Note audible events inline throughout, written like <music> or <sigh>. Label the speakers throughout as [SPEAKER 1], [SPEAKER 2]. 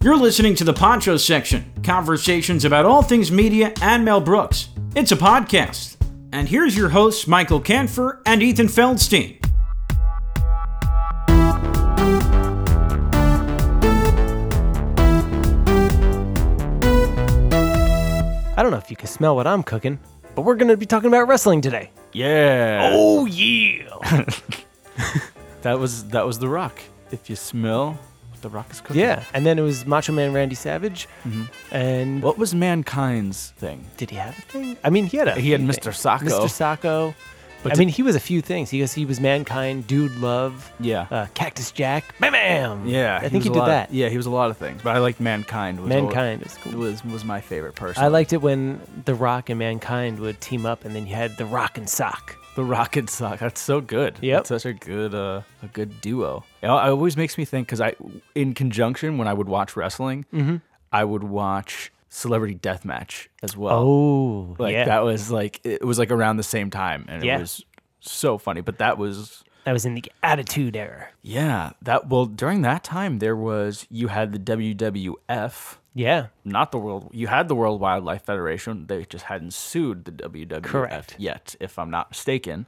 [SPEAKER 1] You're listening to the Poncho Section conversations about all things media and Mel Brooks. It's a podcast. And here's your hosts, Michael Canfer and Ethan Feldstein.
[SPEAKER 2] I don't know if you can smell what I'm cooking, but we're going to be talking about wrestling today.
[SPEAKER 3] Yeah.
[SPEAKER 2] Oh yeah.
[SPEAKER 3] <laughs> That was that was The Rock. If you smell what The Rock is cooking.
[SPEAKER 2] Yeah, and then it was Macho Man Randy Savage.
[SPEAKER 3] Mm-hmm.
[SPEAKER 2] And
[SPEAKER 3] What was mankind's thing?
[SPEAKER 2] did he have a thing? I mean, he had a
[SPEAKER 3] He had
[SPEAKER 2] few
[SPEAKER 3] Mr.
[SPEAKER 2] things.
[SPEAKER 3] Sacco.
[SPEAKER 2] Mr. Sacco.
[SPEAKER 3] But
[SPEAKER 2] I
[SPEAKER 3] did-
[SPEAKER 2] mean, he was a few things. He was he was mankind, dude love,
[SPEAKER 3] Yeah.
[SPEAKER 2] uh, Cactus Jack, bam, bam.
[SPEAKER 3] Yeah.
[SPEAKER 2] I think
[SPEAKER 3] was
[SPEAKER 2] he
[SPEAKER 3] a
[SPEAKER 2] did
[SPEAKER 3] lot of-
[SPEAKER 2] that.
[SPEAKER 3] yeah, he was a lot of things, but I like mankind. Was
[SPEAKER 2] Mankind is cool.
[SPEAKER 3] was was my favorite person.
[SPEAKER 2] I liked it when The Rock and Mankind would team up, and then you had The Rock and Sock.
[SPEAKER 3] The Rocket Sock. That's so good.
[SPEAKER 2] Yep.
[SPEAKER 3] That's such a good uh, a good duo. It al- it always makes me think because I, in conjunction when I would watch wrestling,
[SPEAKER 2] Mm-hmm.
[SPEAKER 3] I would watch Celebrity Deathmatch as well.
[SPEAKER 2] Oh,
[SPEAKER 3] like
[SPEAKER 2] yeah.
[SPEAKER 3] that was like it was like around the same time, and
[SPEAKER 2] Yeah.
[SPEAKER 3] it was so funny. But that was
[SPEAKER 2] that was in the Attitude Era.
[SPEAKER 3] Yeah, that well during that time there was you had the WWF,
[SPEAKER 2] Yeah.
[SPEAKER 3] not the world. You had the World Wildlife Federation. They just hadn't sued the WWF
[SPEAKER 2] Correct.
[SPEAKER 3] yet, if I'm not mistaken.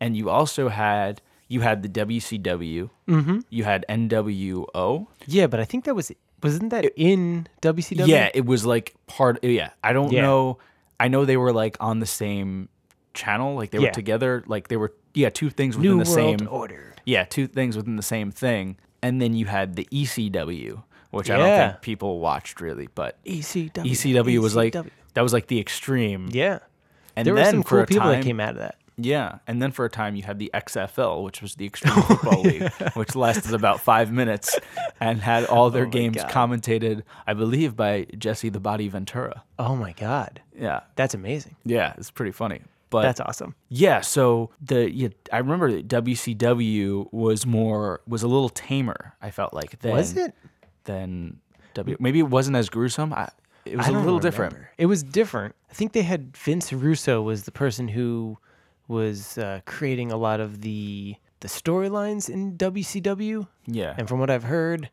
[SPEAKER 3] And you also had you had the WCW. Mm-hmm. You had NWO.
[SPEAKER 2] Yeah, but I think that was wasn't that in WCW?
[SPEAKER 3] Yeah, it was like part. Yeah, I don't
[SPEAKER 2] Yeah.
[SPEAKER 3] know. I know they were like on the same channel, like they
[SPEAKER 2] Yeah.
[SPEAKER 3] were together. Like they were yeah, two things within
[SPEAKER 2] New
[SPEAKER 3] the
[SPEAKER 2] World Oh.
[SPEAKER 3] same
[SPEAKER 2] Order.
[SPEAKER 3] Yeah, two things within the same thing. And then you had the ECW, which I
[SPEAKER 2] Yeah.
[SPEAKER 3] don't think people watched really, but
[SPEAKER 2] ECW.
[SPEAKER 3] ECW E was like that was like the extreme.
[SPEAKER 2] E yeah.
[SPEAKER 3] And
[SPEAKER 2] there
[SPEAKER 3] then
[SPEAKER 2] were some
[SPEAKER 3] for
[SPEAKER 2] cool
[SPEAKER 3] a
[SPEAKER 2] people
[SPEAKER 3] time-
[SPEAKER 2] that came out of that.
[SPEAKER 3] Yeah, and then for a time you had the XFL, which
[SPEAKER 2] <laughs>
[SPEAKER 3] was the Extreme
[SPEAKER 2] Oh,
[SPEAKER 3] Football League, which lasted about five minutes and had all
[SPEAKER 2] <laughs>
[SPEAKER 3] their games
[SPEAKER 2] Oh God.
[SPEAKER 3] commentated, I believe, by Jesse the Body Ventura.
[SPEAKER 2] Oh my god,
[SPEAKER 3] Yeah,
[SPEAKER 2] that's amazing.
[SPEAKER 3] yeah, it's pretty funny. But
[SPEAKER 2] That's awesome.
[SPEAKER 3] Yeah, so the yeah, I remember that WCW was more was a little tamer. I felt like than,
[SPEAKER 2] Was it?
[SPEAKER 3] than W? Maybe it wasn't as gruesome. I, it was
[SPEAKER 2] I
[SPEAKER 3] a
[SPEAKER 2] don't
[SPEAKER 3] little different.
[SPEAKER 2] remember. It was different. I think they had Vince Russo was the person who was uh, creating a lot of the the storylines in WCW.
[SPEAKER 3] Yeah,
[SPEAKER 2] And from what I've heard,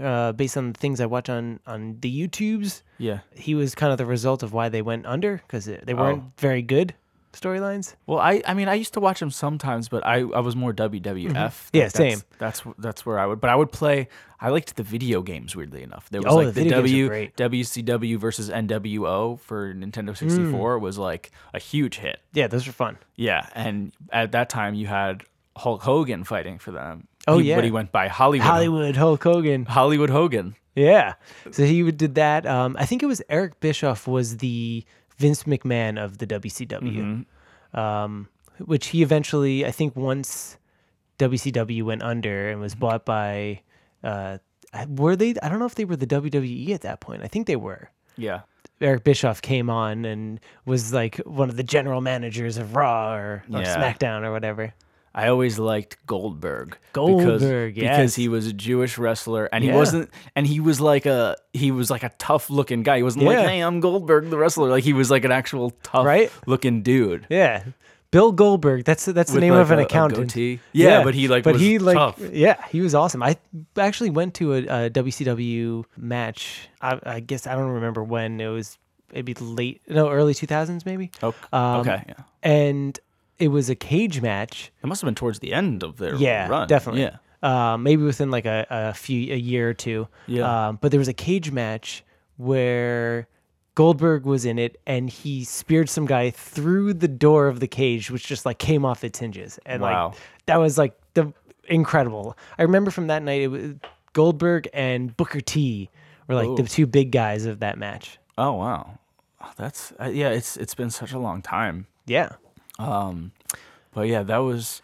[SPEAKER 2] uh, based on the things I watch on on the YouTubes,
[SPEAKER 3] yeah. Oh.
[SPEAKER 2] he was kind of the result of why they went under because they weren't very good storylines.
[SPEAKER 3] Well, I I mean I used to watch them sometimes, but I, I was more WWF. Like,
[SPEAKER 2] Mm-hmm. Yeah,
[SPEAKER 3] that's-
[SPEAKER 2] same.
[SPEAKER 3] That's that's where I would, but I would play. I liked the video games weirdly enough. There was
[SPEAKER 2] Oh,
[SPEAKER 3] like
[SPEAKER 2] the
[SPEAKER 3] the,
[SPEAKER 2] video games are
[SPEAKER 3] W
[SPEAKER 2] great.
[SPEAKER 3] WCW versus NWO for Nintendo sixty
[SPEAKER 2] Mm.
[SPEAKER 3] four was like a huge hit.
[SPEAKER 2] Yeah, those were fun.
[SPEAKER 3] Yeah, and at that time you had Hulk Hogan fighting for them.
[SPEAKER 2] Oh,
[SPEAKER 3] He-
[SPEAKER 2] yeah.
[SPEAKER 3] but he went by Hollywood.
[SPEAKER 2] Hollywood Hulk Hogan.
[SPEAKER 3] Hollywood Hogan.
[SPEAKER 2] Yeah, so he would- did that. Um, I think it was Eric Bischoff was the Vince McMahon of the WCW, um, which he eventually, I think, once WCW went under and was bought by, uh, I- were they? I don't know if they were the WWE at that point. I think they were.
[SPEAKER 3] Yeah,
[SPEAKER 2] Eric Bischoff came on and was like one of the general managers of Raw or, or
[SPEAKER 3] Yeah.
[SPEAKER 2] SmackDown or whatever.
[SPEAKER 3] I always liked Goldberg.
[SPEAKER 2] Goldberg,
[SPEAKER 3] because,
[SPEAKER 2] yes.
[SPEAKER 3] because he was a Jewish wrestler, and
[SPEAKER 2] Yeah.
[SPEAKER 3] he wasn't, and he was like a he was like a tough looking guy. He wasn't like,
[SPEAKER 2] Yeah.
[SPEAKER 3] hey, I'm Goldberg the wrestler. Like he was like an actual tough
[SPEAKER 2] Right?
[SPEAKER 3] looking dude.
[SPEAKER 2] Yeah. Bill Goldberg. That's that's the
[SPEAKER 3] With,
[SPEAKER 2] name
[SPEAKER 3] like,
[SPEAKER 2] of an
[SPEAKER 3] a- a
[SPEAKER 2] accountant.
[SPEAKER 3] goatee. Yeah, but he, like, was tough.
[SPEAKER 2] yeah, he was awesome. I actually went to a, a WCW match. I, I guess I don't remember when it was. Maybe late, no, early two thousands, maybe.
[SPEAKER 3] Okay,
[SPEAKER 2] Um,
[SPEAKER 3] Oh, okay, yeah.
[SPEAKER 2] And it was a cage match.
[SPEAKER 3] It must have been towards the end of their
[SPEAKER 2] Yeah,
[SPEAKER 3] run.
[SPEAKER 2] definitely.
[SPEAKER 3] Yeah,
[SPEAKER 2] Uh, maybe within like a, a few a year or two.
[SPEAKER 3] Yeah.
[SPEAKER 2] Um, but there was a cage match where Goldberg was in it and he speared some guy through the door of the cage, which just like came off its hinges. And
[SPEAKER 3] Wow.
[SPEAKER 2] like that was like the incredible. I remember from that night it was Goldberg and Booker T were like the two big guys of that match.
[SPEAKER 3] Oh wow, Oh, that's uh, yeah. It's it's been such a long time.
[SPEAKER 2] Yeah.
[SPEAKER 3] But yeah, that was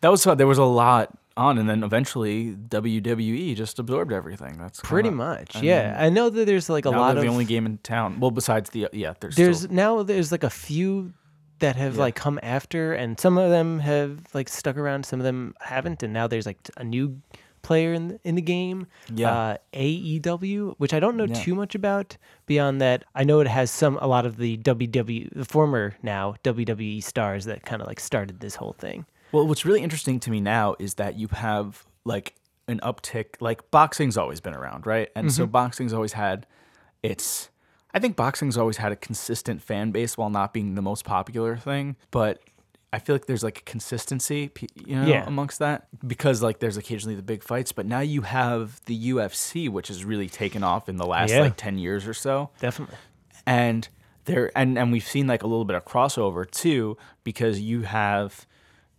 [SPEAKER 3] that was there was a lot on, and then eventually WWE just absorbed everything. That's
[SPEAKER 2] Pretty
[SPEAKER 3] kinda-
[SPEAKER 2] much. yeah. I know that there's like a
[SPEAKER 3] Uh, Now
[SPEAKER 2] lot
[SPEAKER 3] they're
[SPEAKER 2] of
[SPEAKER 3] the only game in town. Well, besides the yeah, there's
[SPEAKER 2] there's
[SPEAKER 3] still-
[SPEAKER 2] now there's like a few that have like come after and some of them have like stuck around some of them haven't and now there's like t- a new player in the, in the game
[SPEAKER 3] Yeah.
[SPEAKER 2] uh, AEW which I don't know too much about beyond that I know it has some a lot of the WWE the former now WWE stars that kind of like started this whole thing
[SPEAKER 3] well, what's really interesting to me now is that you have like an uptick. Like boxing's always been around, right? And
[SPEAKER 2] Mm-hmm.
[SPEAKER 3] so boxing's always had its. I think boxing's always had a consistent fan base while not being the most popular thing, but I feel like there's like a consistency, p- you know,
[SPEAKER 2] Yeah.
[SPEAKER 3] amongst that because like there's occasionally the big fights, but now you have the UFC, which has really taken off in the last
[SPEAKER 2] Yeah.
[SPEAKER 3] like ten years or so
[SPEAKER 2] Definitely.
[SPEAKER 3] and there and and we've seen like a little bit of crossover too because you have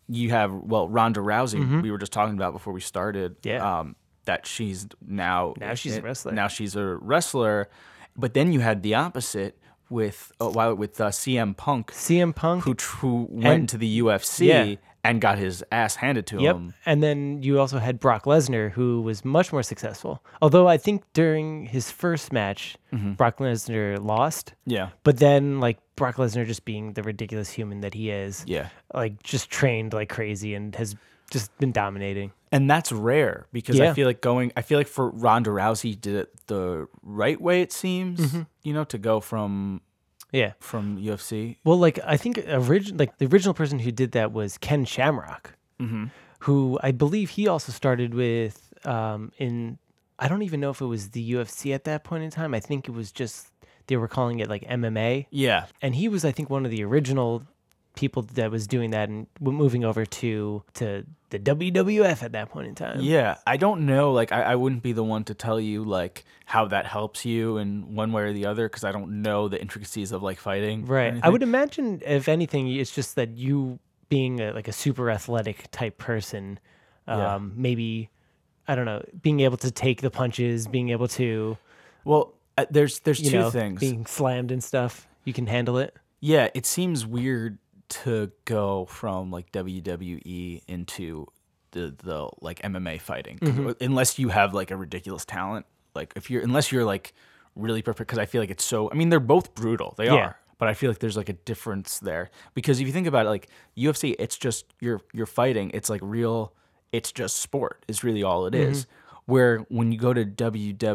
[SPEAKER 3] you have well Ronda Rousey we were just talking about before we started
[SPEAKER 2] Mm-hmm. Yeah.
[SPEAKER 3] um that she's now eh,
[SPEAKER 2] Now she's a wrestler.
[SPEAKER 3] now she's a wrestler but then you had the opposite with uh, while with uh, CM Punk
[SPEAKER 2] CM Punk.
[SPEAKER 3] who tr- who went to the UFC
[SPEAKER 2] Yeah.
[SPEAKER 3] and got his ass handed to
[SPEAKER 2] Yep.
[SPEAKER 3] him
[SPEAKER 2] And then you also had Brock Lesnar, who was much more successful. Although I think during his first match,
[SPEAKER 3] Mm-hmm.
[SPEAKER 2] Brock Lesnar lost.
[SPEAKER 3] yeah
[SPEAKER 2] But then, like, Brock Lesnar just being the ridiculous human that he is,
[SPEAKER 3] yeah
[SPEAKER 2] like, just trained like crazy and has just been dominating.
[SPEAKER 3] and that's rare because I
[SPEAKER 2] Yeah.
[SPEAKER 3] feel like going. I feel like for Ronda Rousey did it the right way. It seems
[SPEAKER 2] Mm-hmm.
[SPEAKER 3] you know to go from
[SPEAKER 2] Yeah.
[SPEAKER 3] from UFC.
[SPEAKER 2] Well, like, I think origin- like the original person who did that was Ken Shamrock, who I believe he also started with um, in, I don't even know if it was the UFC at that point in time. I think it was just, they were calling it like MMA.
[SPEAKER 3] Yeah,
[SPEAKER 2] and he was i think one of the original people that was doing that and w- moving over to to the wwf at that point in time
[SPEAKER 3] yeah. I don't know. Like I, I wouldn't be the one to tell you like how that helps you in one way or the other because I don't know the intricacies of like fighting. or
[SPEAKER 2] right i
[SPEAKER 3] anything.
[SPEAKER 2] would imagine if anything it's just that you being a, like a super athletic type person um
[SPEAKER 3] Yeah.
[SPEAKER 2] maybe i don't know being able to take the punches being able to
[SPEAKER 3] Well, uh, there's there's
[SPEAKER 2] you
[SPEAKER 3] two
[SPEAKER 2] know
[SPEAKER 3] things.
[SPEAKER 2] being slammed and stuff you can handle it
[SPEAKER 3] Yeah, it seems weird to go from like WWE into the the like MMA fighting 'Cause unless you have like a ridiculous talent. Like if you're unless you're like really perfect because I feel like it's so I mean they're both brutal. They
[SPEAKER 2] Yeah.
[SPEAKER 3] are. But I feel like there's like a difference there because if you think about it like UFC it's just you're you're fighting. It's like real it's just sport. Is really all it is.
[SPEAKER 2] Mm-hmm.
[SPEAKER 3] Where when you go to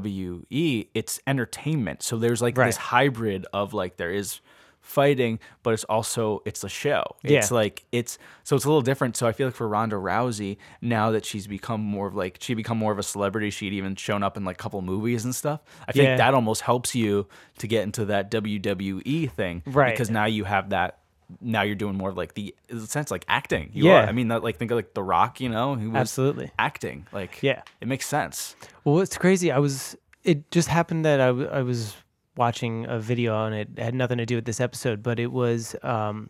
[SPEAKER 3] WWE, it's entertainment. So there's like this
[SPEAKER 2] Right.
[SPEAKER 3] hybrid of like there is fighting, but it's also it's a show. It's
[SPEAKER 2] Yeah.
[SPEAKER 3] like it's so it's a little different. So I feel like for Ronda Rousey, now that she's become more of like she become more of a celebrity, she'd even shown up in like a couple movies and stuff. I think
[SPEAKER 2] Yeah.
[SPEAKER 3] that almost helps you to get into that WWE thing.
[SPEAKER 2] Right.
[SPEAKER 3] Because now you have that now you're doing more of like the in a sense like acting. You
[SPEAKER 2] Yeah.
[SPEAKER 3] are. I mean that like think of like The Rock, you know, who was
[SPEAKER 2] Absolutely.
[SPEAKER 3] acting. Like
[SPEAKER 2] Yeah.
[SPEAKER 3] It makes sense.
[SPEAKER 2] Well, it's crazy. I was. It just happened that I, w- I was watching a video on it. had nothing to do with this episode, but it was um,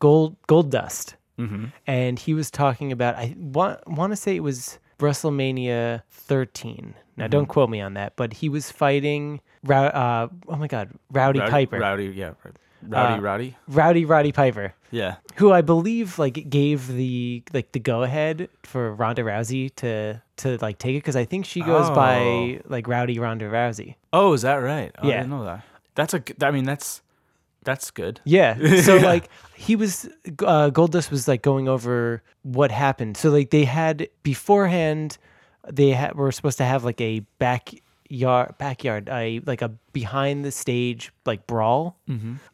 [SPEAKER 2] gold gold dust, mm-hmm. and he was talking about. I want want to say it was WrestleMania 13. Now, don't quote me on that, but he was fighting. Rou- Uh, oh my God, Rowdy,
[SPEAKER 3] Rowdy,
[SPEAKER 2] Piper,
[SPEAKER 3] Rowdy, yeah.
[SPEAKER 2] Uh,
[SPEAKER 3] Rowdy, Rowdy.
[SPEAKER 2] Rowdy Roddy Piper,
[SPEAKER 3] Yeah.
[SPEAKER 2] who I believe like gave the like the go ahead for Ronda Rousey to to like take it because I think she goes by like Rowdy Ronda Rousey.
[SPEAKER 3] Oh, is that right? Oh, I
[SPEAKER 2] Yeah.
[SPEAKER 3] didn't know that. That's a. g- I mean, that's that's good.
[SPEAKER 2] Yeah. So like he was uh, Goldust was like going over what happened. So like they had beforehand, they ha- were supposed to have like a backyard backyard a like a behind the stage like brawl,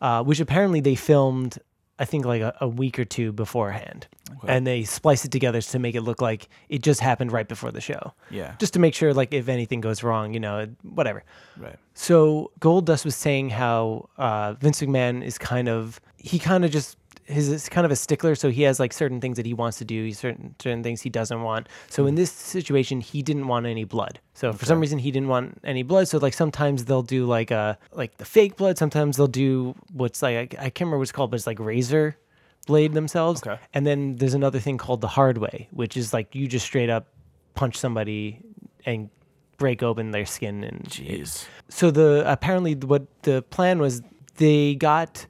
[SPEAKER 2] uh, which apparently they filmed. I think like a, a week or two beforehand, and they splice it together to make it look like it just happened right before the show.
[SPEAKER 3] Yeah.
[SPEAKER 2] just to make sure like if anything goes wrong, you know, whatever.
[SPEAKER 3] Right.
[SPEAKER 2] So Goldust was saying how uh, Vince McMahon is kind of he kind of just his is kind of a stickler. So he has like certain things that he wants to do, he's certain certain things he doesn't want. So in this situation, he didn't want any blood. So for some reason, he didn't want any blood. So like sometimes they'll do like a like the fake blood. Sometimes they'll do what's like I, I can't remember what it's called, but it's like razor blade themselves.
[SPEAKER 3] Okay.
[SPEAKER 2] And then there's another thing called the hard way, which is like you just straight up punch somebody and break open their skin and
[SPEAKER 3] Jeez.
[SPEAKER 2] so the apparently what the plan was they got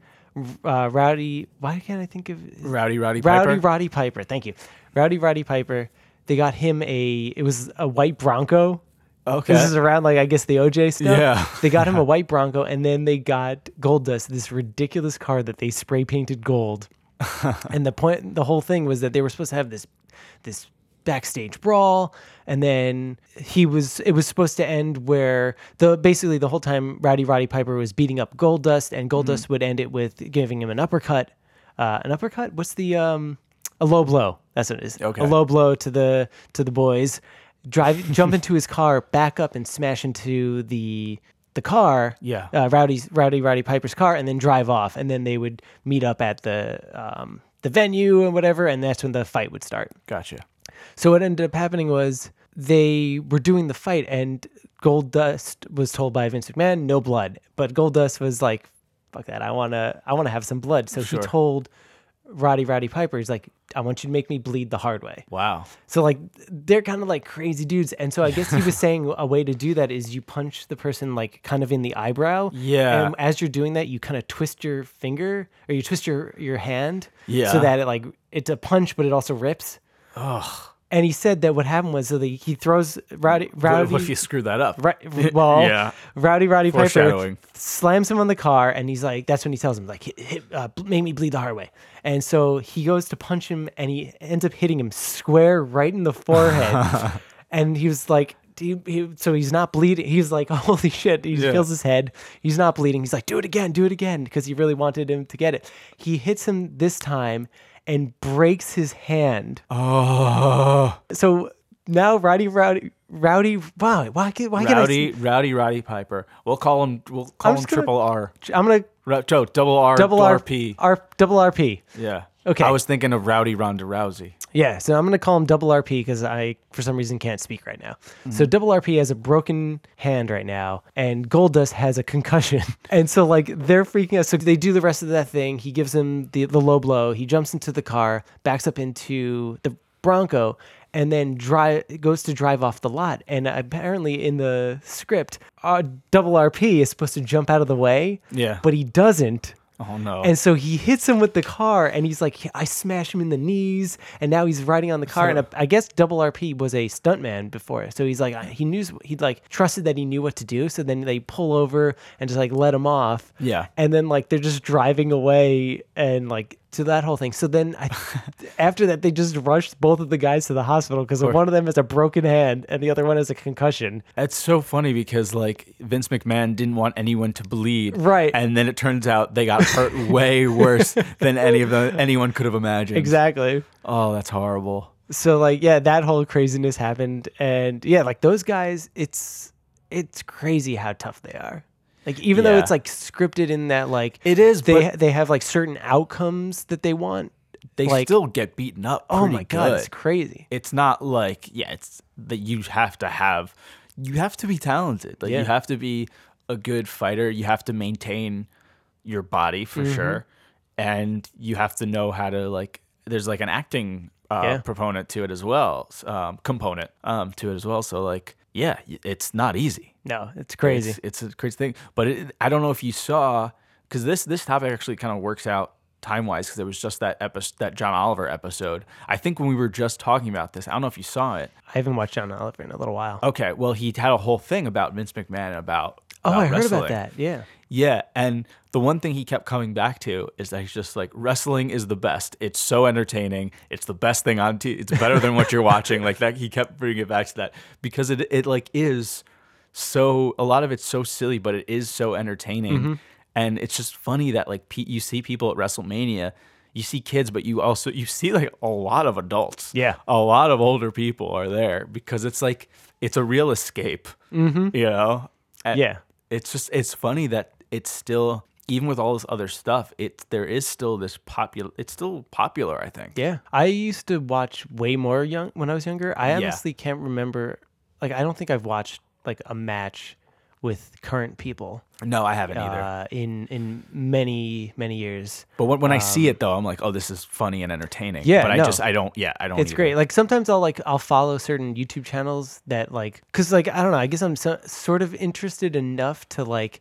[SPEAKER 2] uh, Rowdy. Why can't I think of
[SPEAKER 3] Rowdy, Rowdy,
[SPEAKER 2] Rowdy
[SPEAKER 3] Piper.
[SPEAKER 2] Roddy Piper? Thank you, Rowdy Roddy Piper. They got him a it was a white Bronco.
[SPEAKER 3] Okay.
[SPEAKER 2] This is around like I guess the OJ stuff.
[SPEAKER 3] Yeah.
[SPEAKER 2] They got him
[SPEAKER 3] <laughs>
[SPEAKER 2] a white Bronco, and then they got Gold Dust, this ridiculous car that they spray painted gold. <laughs> and the point, the whole thing was that they were supposed to have this, this backstage brawl, and then he was. It was supposed to end where the basically the whole time Rowdy Roddy Piper was beating up Gold Dust, and Gold Dust would end it with giving him an uppercut. Uh, an uppercut. What's the um, a low blow? That's what it is.
[SPEAKER 3] Okay.
[SPEAKER 2] A low blow to the to the boys, drive, jump into his car, back up, and smash into the the car.
[SPEAKER 3] Yeah.
[SPEAKER 2] uh, Rowdy's Rowdy Rowdy Piper's car, and then drive off, and then they would meet up at the um, the venue and whatever, and that's when the fight would start.
[SPEAKER 3] Gotcha.
[SPEAKER 2] So what ended up happening was they were doing the fight, and Gold Dust was told by Vince McMahon, "No blood." But Gold Dust was like, "Fuck that! I wanna, I wanna have some blood." So she told Roddy Roddy Piper, "He's like, I want you to make me bleed the hard way."
[SPEAKER 3] Wow.
[SPEAKER 2] So like, they're kind of like crazy dudes, and so I guess
[SPEAKER 3] <laughs>
[SPEAKER 2] he was saying a way to do that is you punch the person like kind of in the eyebrow.
[SPEAKER 3] Yeah.
[SPEAKER 2] And as you're doing that, you kind of twist your finger or you twist your your hand.
[SPEAKER 3] Yeah.
[SPEAKER 2] So that it like it's a punch, but it also rips. And he said that what happened was so that he throws Rowdy
[SPEAKER 3] What
[SPEAKER 2] Rowdy
[SPEAKER 3] if you screw that up? <laughs>
[SPEAKER 2] right, well
[SPEAKER 3] Yeah.
[SPEAKER 2] Rowdy Rowdy Piper
[SPEAKER 3] Foreshadowing.
[SPEAKER 2] slams him on the car and he's like that's when he tells him like hit, hit, uh, bl- make me bleed the hard way. And so he goes to punch him and he ends up hitting him square right in the
[SPEAKER 3] <laughs>
[SPEAKER 2] forehead. and he was like do you- he, so he's not bleeding. He's like, <laughs> holy shit! He
[SPEAKER 3] Yeah.
[SPEAKER 2] feels his head. He's not bleeding. He's like, do it again, do it again, because he really wanted him to get it. He hits him this time and breaks his hand
[SPEAKER 3] Oh.
[SPEAKER 2] so now Rowdy Rowdy Rowdy wow why can why
[SPEAKER 3] Rowdy, Rowdy, Rowdy Piper. We'll call him. We'll
[SPEAKER 2] I'm
[SPEAKER 3] call him
[SPEAKER 2] just gonna-
[SPEAKER 3] triple R.
[SPEAKER 2] can I I'm gonna
[SPEAKER 3] Ro- Joe, double R,
[SPEAKER 2] double R
[SPEAKER 3] RP.
[SPEAKER 2] R double RP
[SPEAKER 3] Yeah.
[SPEAKER 2] Okay.
[SPEAKER 3] I was thinking of Rowdy Ronda Rousey.
[SPEAKER 2] yeah so I'm gonna call him double RP because I for some reason can't speak right now so double RP has a broken hand right now and Goldust has a concussion <laughs> and so like they're freaking out so they do the rest of that thing he gives him the the low blow he jumps into the car backs up into the Bronco and then drive goes to drive off the lot. And apparently in the script, uh, double RP is supposed to jump out of the way.
[SPEAKER 3] Yeah.
[SPEAKER 2] but he doesn't.
[SPEAKER 3] Oh no.
[SPEAKER 2] And so he hits him with the car, and he's like, "I smash him in the knees," and now he's riding on the car. and I I guess Double RP was a stuntman before, so he's like, I- he knew he'd like trusted that he knew what to do. So then they pull over and just like let him off.
[SPEAKER 3] Yeah.
[SPEAKER 2] And then like they're just driving away and like to that whole thing. So then <laughs> I, after that, they just rushed both of the guys to the hospital because one of them has a broken hand and the other one has a concussion.
[SPEAKER 3] That's so funny because like Vince McMahon didn't want anyone to bleed,
[SPEAKER 2] Right.
[SPEAKER 3] And then it turns out they got
[SPEAKER 2] <laughs>
[SPEAKER 3] hurt way worse than any of the, anyone could have imagined.
[SPEAKER 2] Exactly.
[SPEAKER 3] Oh, that's horrible.
[SPEAKER 2] so like yeah that whole craziness happened and yeah like those guys it's it's crazy how tough they are like even though
[SPEAKER 3] Yeah.
[SPEAKER 2] it's like scripted in that like
[SPEAKER 3] It is,
[SPEAKER 2] they
[SPEAKER 3] but-
[SPEAKER 2] they have like certain outcomes that they want
[SPEAKER 3] They
[SPEAKER 2] Like-
[SPEAKER 3] still get beaten up.
[SPEAKER 2] oh
[SPEAKER 3] pretty
[SPEAKER 2] my god
[SPEAKER 3] good.
[SPEAKER 2] it's crazy
[SPEAKER 3] it's not like yeah it's that you have to have you have to be talented like
[SPEAKER 2] Yeah.
[SPEAKER 3] you have to be a good fighter you have to maintain your body for
[SPEAKER 2] Mm-hmm.
[SPEAKER 3] sure and you have to know how to like there's like an acting uh,
[SPEAKER 2] Yeah.
[SPEAKER 3] proponent to it as well s- um, component um, to it as well so like yeah y- it's not easy
[SPEAKER 2] no it's crazy
[SPEAKER 3] it's, it's a crazy thing. But it, I don't know if you saw because this this topic actually kind of works out time wise because it was just that episode that John Oliver episode. I think when we were just talking about this, I don't know if you saw it.
[SPEAKER 2] i haven't watched john oliver in a little while
[SPEAKER 3] Okay, well he had a whole thing about Vince McMahon and about
[SPEAKER 2] oh
[SPEAKER 3] about
[SPEAKER 2] i heard
[SPEAKER 3] wrestling.
[SPEAKER 2] about that yeah
[SPEAKER 3] Yeah, and the one thing he kept coming back to is that he's just like wrestling is the best. It's so entertaining. It's the best thing on TV. It's better than what you're watching. Like that, he kept bringing it back to that because it it like is so a lot of it's so silly, but it is so entertaining,
[SPEAKER 2] Mm-hmm.
[SPEAKER 3] and it's just funny that like pe you see people at WrestleMania. You see kids, but you also you see like a lot of adults.
[SPEAKER 2] Yeah.
[SPEAKER 3] a lot of older people are there because it's like it's a real escape. Mm-hmm. You know, And-
[SPEAKER 2] yeah
[SPEAKER 3] it's just it's funny that it's still even with all this other stuff it there is still this popular it's still popular i think
[SPEAKER 2] yeah i used to watch way more young when i was younger i
[SPEAKER 3] Yeah.
[SPEAKER 2] honestly can't remember like i don't think i've watched like a match with current people
[SPEAKER 3] no i haven't either
[SPEAKER 2] uh, in in many many years.
[SPEAKER 3] but when, when i see it though i'm like oh this is funny and entertaining
[SPEAKER 2] Um, Yeah,
[SPEAKER 3] but i
[SPEAKER 2] no.
[SPEAKER 3] just i don't yeah i don't
[SPEAKER 2] It's
[SPEAKER 3] either.
[SPEAKER 2] great. Like sometimes I'll like I'll follow certain YouTube channels that like because like I don't know. I guess I'm so, sort of interested enough to like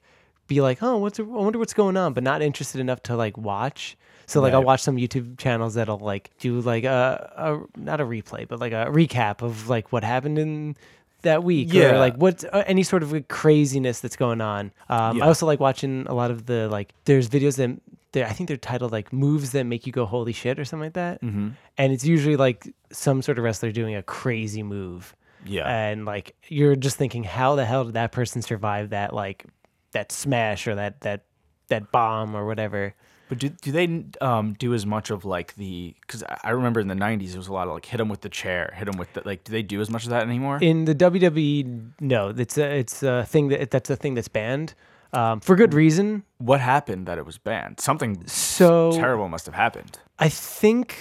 [SPEAKER 2] be like, oh, what's I wonder what's going on, but not interested enough to like watch. So like I'll
[SPEAKER 3] Right.
[SPEAKER 2] watch some YouTube channels that'll like do like a, a not a replay, but like a recap of like what happened in that week or
[SPEAKER 3] Yeah.
[SPEAKER 2] like what's uh, any sort of craziness that's going on. Um, I also like watching a lot of the like. There's videos that they're, I think they're titled like moves that make you go holy shit or something like that. Mm-hmm. And it's usually like some sort of wrestler doing a crazy move.
[SPEAKER 3] Yeah.
[SPEAKER 2] And like you're just thinking, how the hell did that person survive that like that smash or that that that bomb or whatever?
[SPEAKER 3] But do, do they um, do as much of like the? Because I remember in the '90s it was a lot of like hit him with the chair, hit him with the like. Do they do as much of that anymore?
[SPEAKER 2] in the WWE, no, it's a, it's a thing that that's a thing that's banned um, for
[SPEAKER 3] Mm.
[SPEAKER 2] good reason.
[SPEAKER 3] what happened that it was banned? Something
[SPEAKER 2] So
[SPEAKER 3] terrible must have happened.
[SPEAKER 2] I think,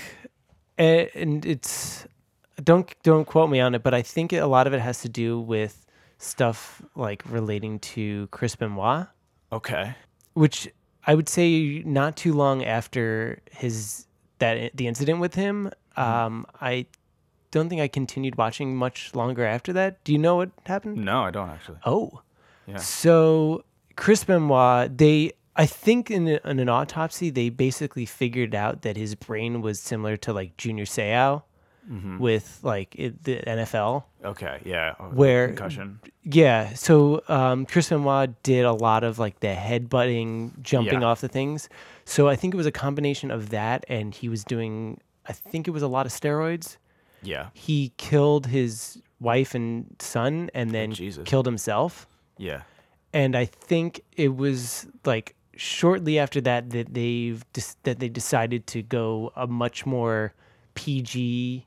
[SPEAKER 2] a- and it's don't don't quote me on it, but I think a lot of it has to do with stuff like relating to Chris Benoit,
[SPEAKER 3] Okay.
[SPEAKER 2] which I would say not too long after his that the incident with him. Um, I don't think I continued watching much longer after that. Do you know what happened?
[SPEAKER 3] No, I don't actually.
[SPEAKER 2] Oh. So Chris Benoit, they I think in, a, in an autopsy they basically figured out that his brain was similar to like Junior Seau
[SPEAKER 3] Mm-hmm.
[SPEAKER 2] with like it, the NFL.
[SPEAKER 3] Okay. Yeah. Oh,
[SPEAKER 2] Where-
[SPEAKER 3] concussion?
[SPEAKER 2] Yeah. So um, Chris Benoit did a lot of like the headbutting, jumping
[SPEAKER 3] Yeah.
[SPEAKER 2] off the things. So I think it was a combination of that, and he was doing. I think it was a lot of steroids.
[SPEAKER 3] Yeah.
[SPEAKER 2] He killed his wife and son, and then
[SPEAKER 3] Oh, Jesus.
[SPEAKER 2] killed himself.
[SPEAKER 3] Yeah.
[SPEAKER 2] and I think it was like shortly after that that they've dis- that they decided to go a much more PG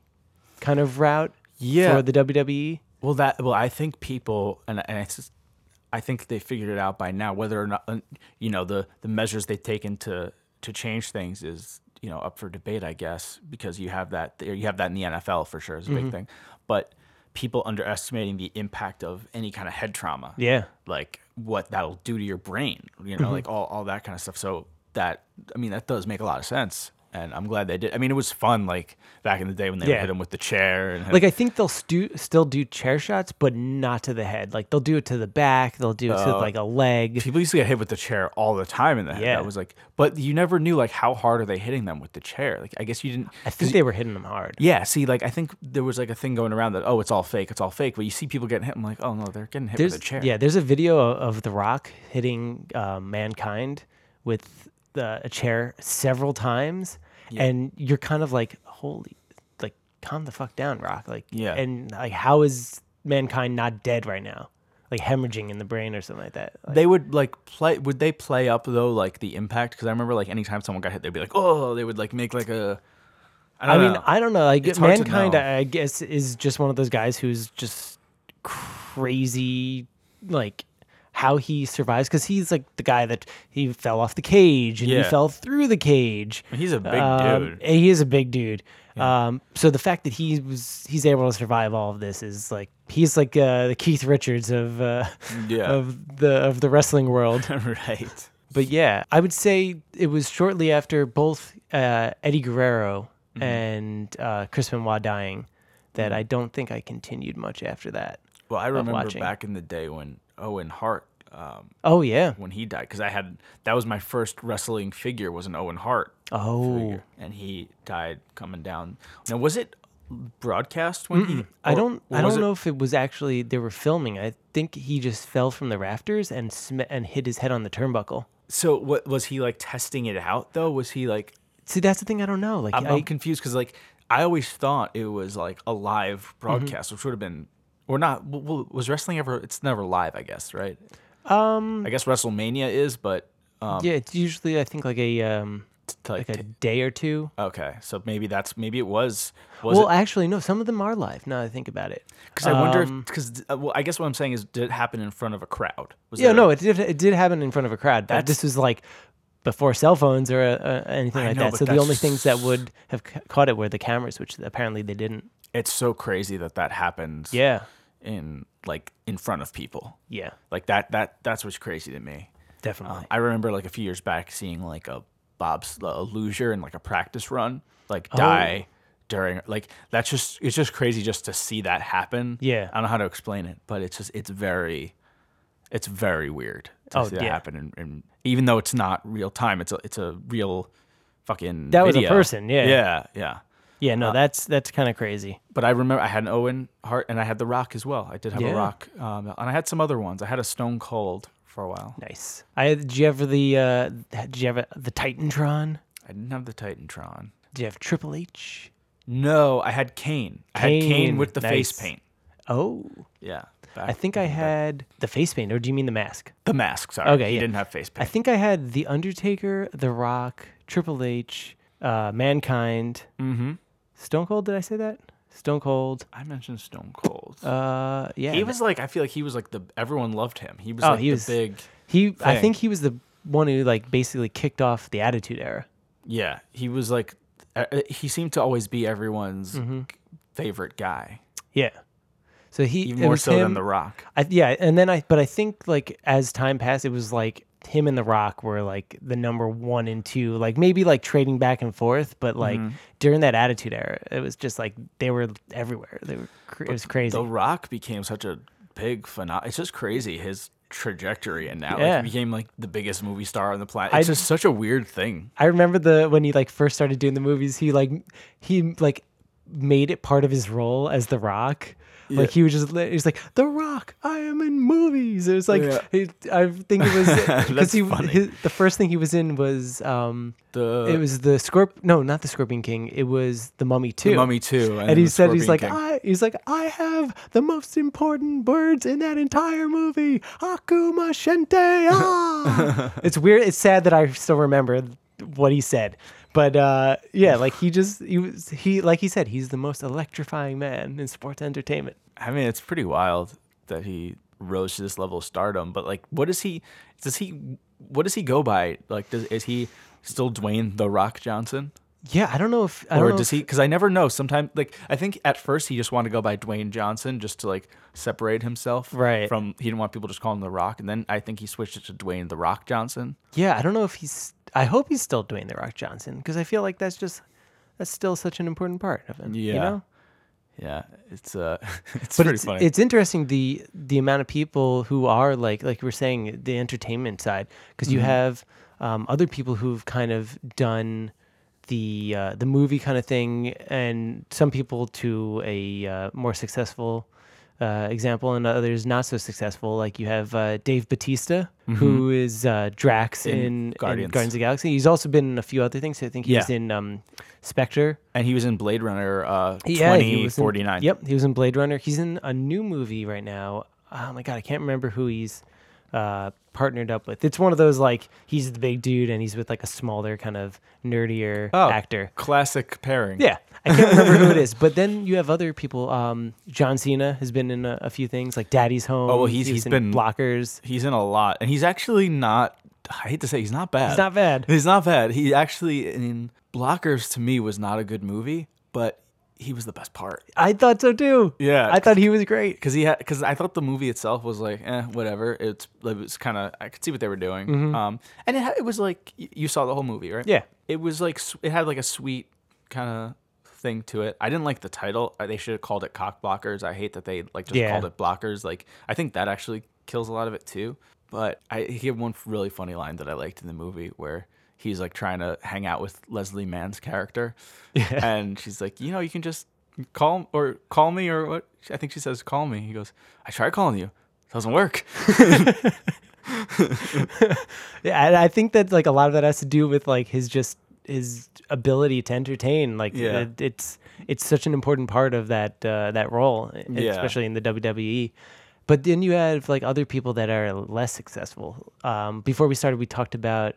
[SPEAKER 2] kind of route
[SPEAKER 3] Yeah.
[SPEAKER 2] for the E. WWE.
[SPEAKER 3] Well, that well, I think people and and it's just, I think they figured it out by now whether or not uh, you know the the measures they've taken to to change things is you know up for debate, I guess, because you have that there- you have that in the NFL for sure is a
[SPEAKER 2] Mm-hmm.
[SPEAKER 3] big thing, but people underestimating the impact of any kind of head trauma,
[SPEAKER 2] Yeah. Mm-hmm.
[SPEAKER 3] like what that'll do to your brain, you know, like all all that kind of stuff. So that I mean that does make a lot of sense. And I'm glad they did. I mean, it was fun, like back in the day when they would
[SPEAKER 2] Yeah.
[SPEAKER 3] hit him with the chair and
[SPEAKER 2] Like I think they'll stu- still do chair shots, but not to the head. Like they'll do it to the back. They'll do it to like a leg.
[SPEAKER 3] people used to get hit with the chair all the time in the head.
[SPEAKER 2] Yeah.
[SPEAKER 3] That was like, but you never knew like how hard are they hitting them with the chair? Like, I guess you didn't.
[SPEAKER 2] I think they were hitting them hard.
[SPEAKER 3] Yeah, see, like I think there was like a thing going around that oh, it's all fake, it's all fake. But you see people getting hit, I'm like, oh no, they're getting hit
[SPEAKER 2] There's
[SPEAKER 3] with a chair.
[SPEAKER 2] yeah. There's a video o- of The Rock hitting uh, mankind with the, a chair several times, and you're kind of like, holy, like calm the fuck down, Rock. Like
[SPEAKER 3] Yeah.
[SPEAKER 2] and like how is mankind not dead right now? Like hemorrhaging in the brain or something like that. Like,
[SPEAKER 3] They would like play. Would they play up though, like the impact? Because I remember like anytime someone got hit, they'd be like, oh, they would like make like a. I
[SPEAKER 2] I
[SPEAKER 3] don't
[SPEAKER 2] mean,
[SPEAKER 3] know. <laughs>
[SPEAKER 2] I don't know. Like
[SPEAKER 3] It's hard to
[SPEAKER 2] mankind,
[SPEAKER 3] know.
[SPEAKER 2] I I guess, is just one of those guys who's just crazy. Like how he survives, because he's like the guy that he fell off the cage and he
[SPEAKER 3] Yeah.
[SPEAKER 2] fell through the cage.
[SPEAKER 3] he's a big
[SPEAKER 2] Um,
[SPEAKER 3] dude.
[SPEAKER 2] and He is a big dude. Um, so the fact that he was he's able to survive all of this is like he's like uh, the Keith Richards of uh,
[SPEAKER 3] Yeah.
[SPEAKER 2] of the of the wrestling world.
[SPEAKER 3] right.
[SPEAKER 2] But yeah, I would say it was shortly after both uh, Eddie Guerrero
[SPEAKER 3] Mm-hmm.
[SPEAKER 2] and uh, Chris Benoit dying that I don't think I continued much after that.
[SPEAKER 3] Well, I remember
[SPEAKER 2] watching.
[SPEAKER 3] back in the day when Owen Hart um,
[SPEAKER 2] Oh yeah.
[SPEAKER 3] when he died because I had that was my first wrestling figure was an Owen Hart
[SPEAKER 2] Oh,
[SPEAKER 3] figure, and he died coming down. Now was it broadcast when he?
[SPEAKER 2] I
[SPEAKER 3] or-
[SPEAKER 2] don't.
[SPEAKER 3] or
[SPEAKER 2] I
[SPEAKER 3] was
[SPEAKER 2] don't
[SPEAKER 3] it-
[SPEAKER 2] know if it was actually they were filming. I think he just fell from the rafters and sm- and hit his head on the turnbuckle.
[SPEAKER 3] So what was he like testing it out though? Was he like?
[SPEAKER 2] See, that's the thing I don't know. Like,
[SPEAKER 3] I'm,
[SPEAKER 2] I,
[SPEAKER 3] I'm confused because like I always thought it was like a
[SPEAKER 2] Mm-hmm.
[SPEAKER 3] live broadcast, which would have been or not. w- w- Was wrestling ever? It's never live, I guess, right? Um, I guess WrestleMania is, but
[SPEAKER 2] yeah, it's usually I think like a um
[SPEAKER 3] like,
[SPEAKER 2] like a day or two.
[SPEAKER 3] okay, so maybe that's maybe it was. Was
[SPEAKER 2] Well, actually, no. Some of them are live. Now that I think about it.
[SPEAKER 3] Because I wonder,
[SPEAKER 2] Um,
[SPEAKER 3] because uh, well, I guess what I'm saying is, did it happen in front of a crowd? Was
[SPEAKER 2] Yeah,
[SPEAKER 3] there-
[SPEAKER 2] no, it did. It did happen in front of a crowd, but
[SPEAKER 3] That's-
[SPEAKER 2] this was like before cell phones or uh, uh, anything
[SPEAKER 3] I
[SPEAKER 2] like
[SPEAKER 3] know,
[SPEAKER 2] that.
[SPEAKER 3] but
[SPEAKER 2] So the only
[SPEAKER 3] that's-
[SPEAKER 2] things that would have ca- caught it were the cameras, which apparently they didn't.
[SPEAKER 3] It's so crazy that that happens.
[SPEAKER 2] Yeah,
[SPEAKER 3] In like in front of people,
[SPEAKER 2] yeah,
[SPEAKER 3] like that that that's what's crazy to me.
[SPEAKER 2] definitely.
[SPEAKER 3] I remember like a few years back seeing like a Bob's a loser in like a practice run, like
[SPEAKER 2] Oh.
[SPEAKER 3] die during like that's just it's just crazy just to see that happen.
[SPEAKER 2] Yeah.
[SPEAKER 3] I don't know how to explain it, but it's just it's very it's very weird to
[SPEAKER 2] Oh,
[SPEAKER 3] see that
[SPEAKER 2] yeah.
[SPEAKER 3] happen and, and even though it's not real time, it's a it's a real fucking
[SPEAKER 2] That was a
[SPEAKER 3] video.
[SPEAKER 2] person, yeah.
[SPEAKER 3] Yeah, yeah.
[SPEAKER 2] yeah,
[SPEAKER 3] Uh,
[SPEAKER 2] no, that's that's kind of crazy.
[SPEAKER 3] But I remember I had an Owen Hart and I had The Rock as well. I did have
[SPEAKER 2] Yeah.
[SPEAKER 3] a Rock, um, and I had some other ones. I had a Stone Cold for a while.
[SPEAKER 2] Nice. I did you ever the uh, did you ever the Titantron?
[SPEAKER 3] I didn't have the Titantron.
[SPEAKER 2] Did you have Triple H?
[SPEAKER 3] No, I had Kane. I had Kane
[SPEAKER 2] Kane,
[SPEAKER 3] with the face
[SPEAKER 2] nice.
[SPEAKER 3] paint.
[SPEAKER 2] Oh,
[SPEAKER 3] Yeah.
[SPEAKER 2] I
[SPEAKER 3] back-
[SPEAKER 2] think I had the face paint, or do you mean the mask?
[SPEAKER 3] the mask. Sorry.
[SPEAKER 2] Okay,
[SPEAKER 3] He
[SPEAKER 2] yeah.
[SPEAKER 3] didn't have face
[SPEAKER 2] I
[SPEAKER 3] paint.
[SPEAKER 2] think I had The Undertaker, The Rock, Triple H, uh, Mankind,
[SPEAKER 3] mm-hmm.
[SPEAKER 2] Stone Cold. Did I say that? Stone Cold.
[SPEAKER 3] I mentioned Stone Cold.
[SPEAKER 2] Uh, yeah.
[SPEAKER 3] he was like, I feel like he was like the everyone loved him. He was
[SPEAKER 2] Oh,
[SPEAKER 3] like
[SPEAKER 2] he
[SPEAKER 3] the
[SPEAKER 2] was-
[SPEAKER 3] big.
[SPEAKER 2] He. I
[SPEAKER 3] thing.
[SPEAKER 2] think he was the one who like basically kicked off the Attitude Era.
[SPEAKER 3] Yeah, he was like, uh, uh, he seemed to always be everyone's
[SPEAKER 2] Mm-hmm.
[SPEAKER 3] favorite guy,
[SPEAKER 2] Yeah. So he
[SPEAKER 3] even
[SPEAKER 2] it
[SPEAKER 3] more
[SPEAKER 2] was
[SPEAKER 3] so than
[SPEAKER 2] him-
[SPEAKER 3] The Rock.
[SPEAKER 2] I, yeah, and then I, but I think like as time passed, it was like him and The Rock were like the number one and two, like maybe like trading back and forth, but like
[SPEAKER 3] Mm-hmm.
[SPEAKER 2] during that Attitude Era, it was just like they were everywhere. They were, cr- it was crazy.
[SPEAKER 3] The Rock became such a big phenomenon. It's just crazy his trajectory, and now
[SPEAKER 2] Yeah.
[SPEAKER 3] like, he became like the biggest movie star on the planet.
[SPEAKER 2] I-
[SPEAKER 3] It's just such a weird thing.
[SPEAKER 2] I remember the when he like first started doing the movies, he like he like made it part of his role as The Rock. Like he was just li- he was like The Rock, I am in movies. It was like
[SPEAKER 3] Yeah.
[SPEAKER 2] it- I think
[SPEAKER 3] <laughs>
[SPEAKER 2] it was because
[SPEAKER 3] That's
[SPEAKER 2] he
[SPEAKER 3] funny.
[SPEAKER 2] his, the first thing he was in was um
[SPEAKER 3] The
[SPEAKER 2] it was the scorp no not the Scorpion King it was the Mummy Two.
[SPEAKER 3] The Mummy too,
[SPEAKER 2] And he
[SPEAKER 3] the
[SPEAKER 2] said he's
[SPEAKER 3] Scorpion
[SPEAKER 2] like I
[SPEAKER 3] King.
[SPEAKER 2] he's like I have the most important words in that entire movie. Akuma Shente.
[SPEAKER 3] <laughs>
[SPEAKER 2] Ah! it's weird. It's sad that I still remember what he said. But uh, yeah, like he just he was he like he said he's the most electrifying man in sports entertainment.
[SPEAKER 3] I mean, it's pretty wild that he rose to this level of stardom. But like, what does he? Does he? What does he go by? Like, does is he still Dwayne the Rock Johnson,
[SPEAKER 2] Yeah, I don't know if I don't
[SPEAKER 3] or
[SPEAKER 2] know
[SPEAKER 3] does
[SPEAKER 2] if-
[SPEAKER 3] he? Because I never know. Sometimes, like, I think at first he just wanted to go by Dwayne Johnson just to like separate himself
[SPEAKER 2] Right.
[SPEAKER 3] from. He didn't want people to just call him the Rock, and then I think he switched it to Dwayne the Rock Johnson.
[SPEAKER 2] Yeah, I don't know if he's. I hope he's still doing the Rock Johnson because I feel like that's just that's still such an important part of him. you
[SPEAKER 3] Yeah.
[SPEAKER 2] know?
[SPEAKER 3] Yeah, it's uh, <laughs> it's
[SPEAKER 2] but
[SPEAKER 3] pretty
[SPEAKER 2] it's,
[SPEAKER 3] funny.
[SPEAKER 2] it's interesting the the amount of people who are like like you we're saying the entertainment side because you
[SPEAKER 3] Mm-hmm.
[SPEAKER 2] have um, other people who've kind of done the uh, the movie kind of thing and some people to a uh, more successful uh, example and others not so successful like you have uh, Dave Batista who is uh, Drax in,
[SPEAKER 3] Mm-hmm. In
[SPEAKER 2] in Guardians.
[SPEAKER 3] Guardians.
[SPEAKER 2] of the Galaxy he's also been in a few other things I think he was
[SPEAKER 3] Yeah.
[SPEAKER 2] in um, Spectre
[SPEAKER 3] and he was in Blade Runner uh,
[SPEAKER 2] yeah, he
[SPEAKER 3] twenty
[SPEAKER 2] was in-
[SPEAKER 3] forty nine.
[SPEAKER 2] Yep, he was in Blade Runner. He's in a new movie right now. Oh my god, I can't remember who he's uh, partnered up with. It's one of those like he's the big dude and he's with like a smaller kind of nerdier
[SPEAKER 3] Oh,
[SPEAKER 2] actor.
[SPEAKER 3] classic pairing.
[SPEAKER 2] Yeah, I can't remember who it is. But then you have other people. Um, John Cena has been in a, a few things like Daddy's Home.
[SPEAKER 3] Oh, well, he's-
[SPEAKER 2] he was
[SPEAKER 3] he's
[SPEAKER 2] in
[SPEAKER 3] been-
[SPEAKER 2] blockers.
[SPEAKER 3] he's in a lot, and he's actually not. I hate to say he's not bad.
[SPEAKER 2] He's not bad.
[SPEAKER 3] He's not bad. He actually in Blockers to me was not a good movie, but he was the best part
[SPEAKER 2] I thought so too.
[SPEAKER 3] Yeah.
[SPEAKER 2] I thought he was great.
[SPEAKER 3] because he had because I thought the movie itself was like eh, whatever. It's it was kind of I could see what they were doing. Um, and it ha- it was like y- you saw the whole movie, right?
[SPEAKER 2] Mm-hmm. Yeah.
[SPEAKER 3] It was like s- it had like a sweet kind of thing to it. I didn't like the title. Uh, They should have called it Cock Blockers. I hate that they like just
[SPEAKER 2] Yeah.
[SPEAKER 3] called it Blockers. Like I think that actually kills a lot of it too. But I he had one really funny line that I liked in the movie where he's like trying to hang out with Leslie Mann's
[SPEAKER 2] <laughs>
[SPEAKER 3] character, and she's like, you know, you can just call or call me or what? I think she says call me. He goes, I tried calling you. Doesn't work.
[SPEAKER 2] Yeah, and I think that like a lot of that has to do with like his just his ability to entertain. Like
[SPEAKER 3] Yeah.
[SPEAKER 2] it- it's it's such an important part of that uh, that role, e-
[SPEAKER 3] Yeah.
[SPEAKER 2] especially in the WWE. But then you have like other people that are less successful. Um, before we started, we talked about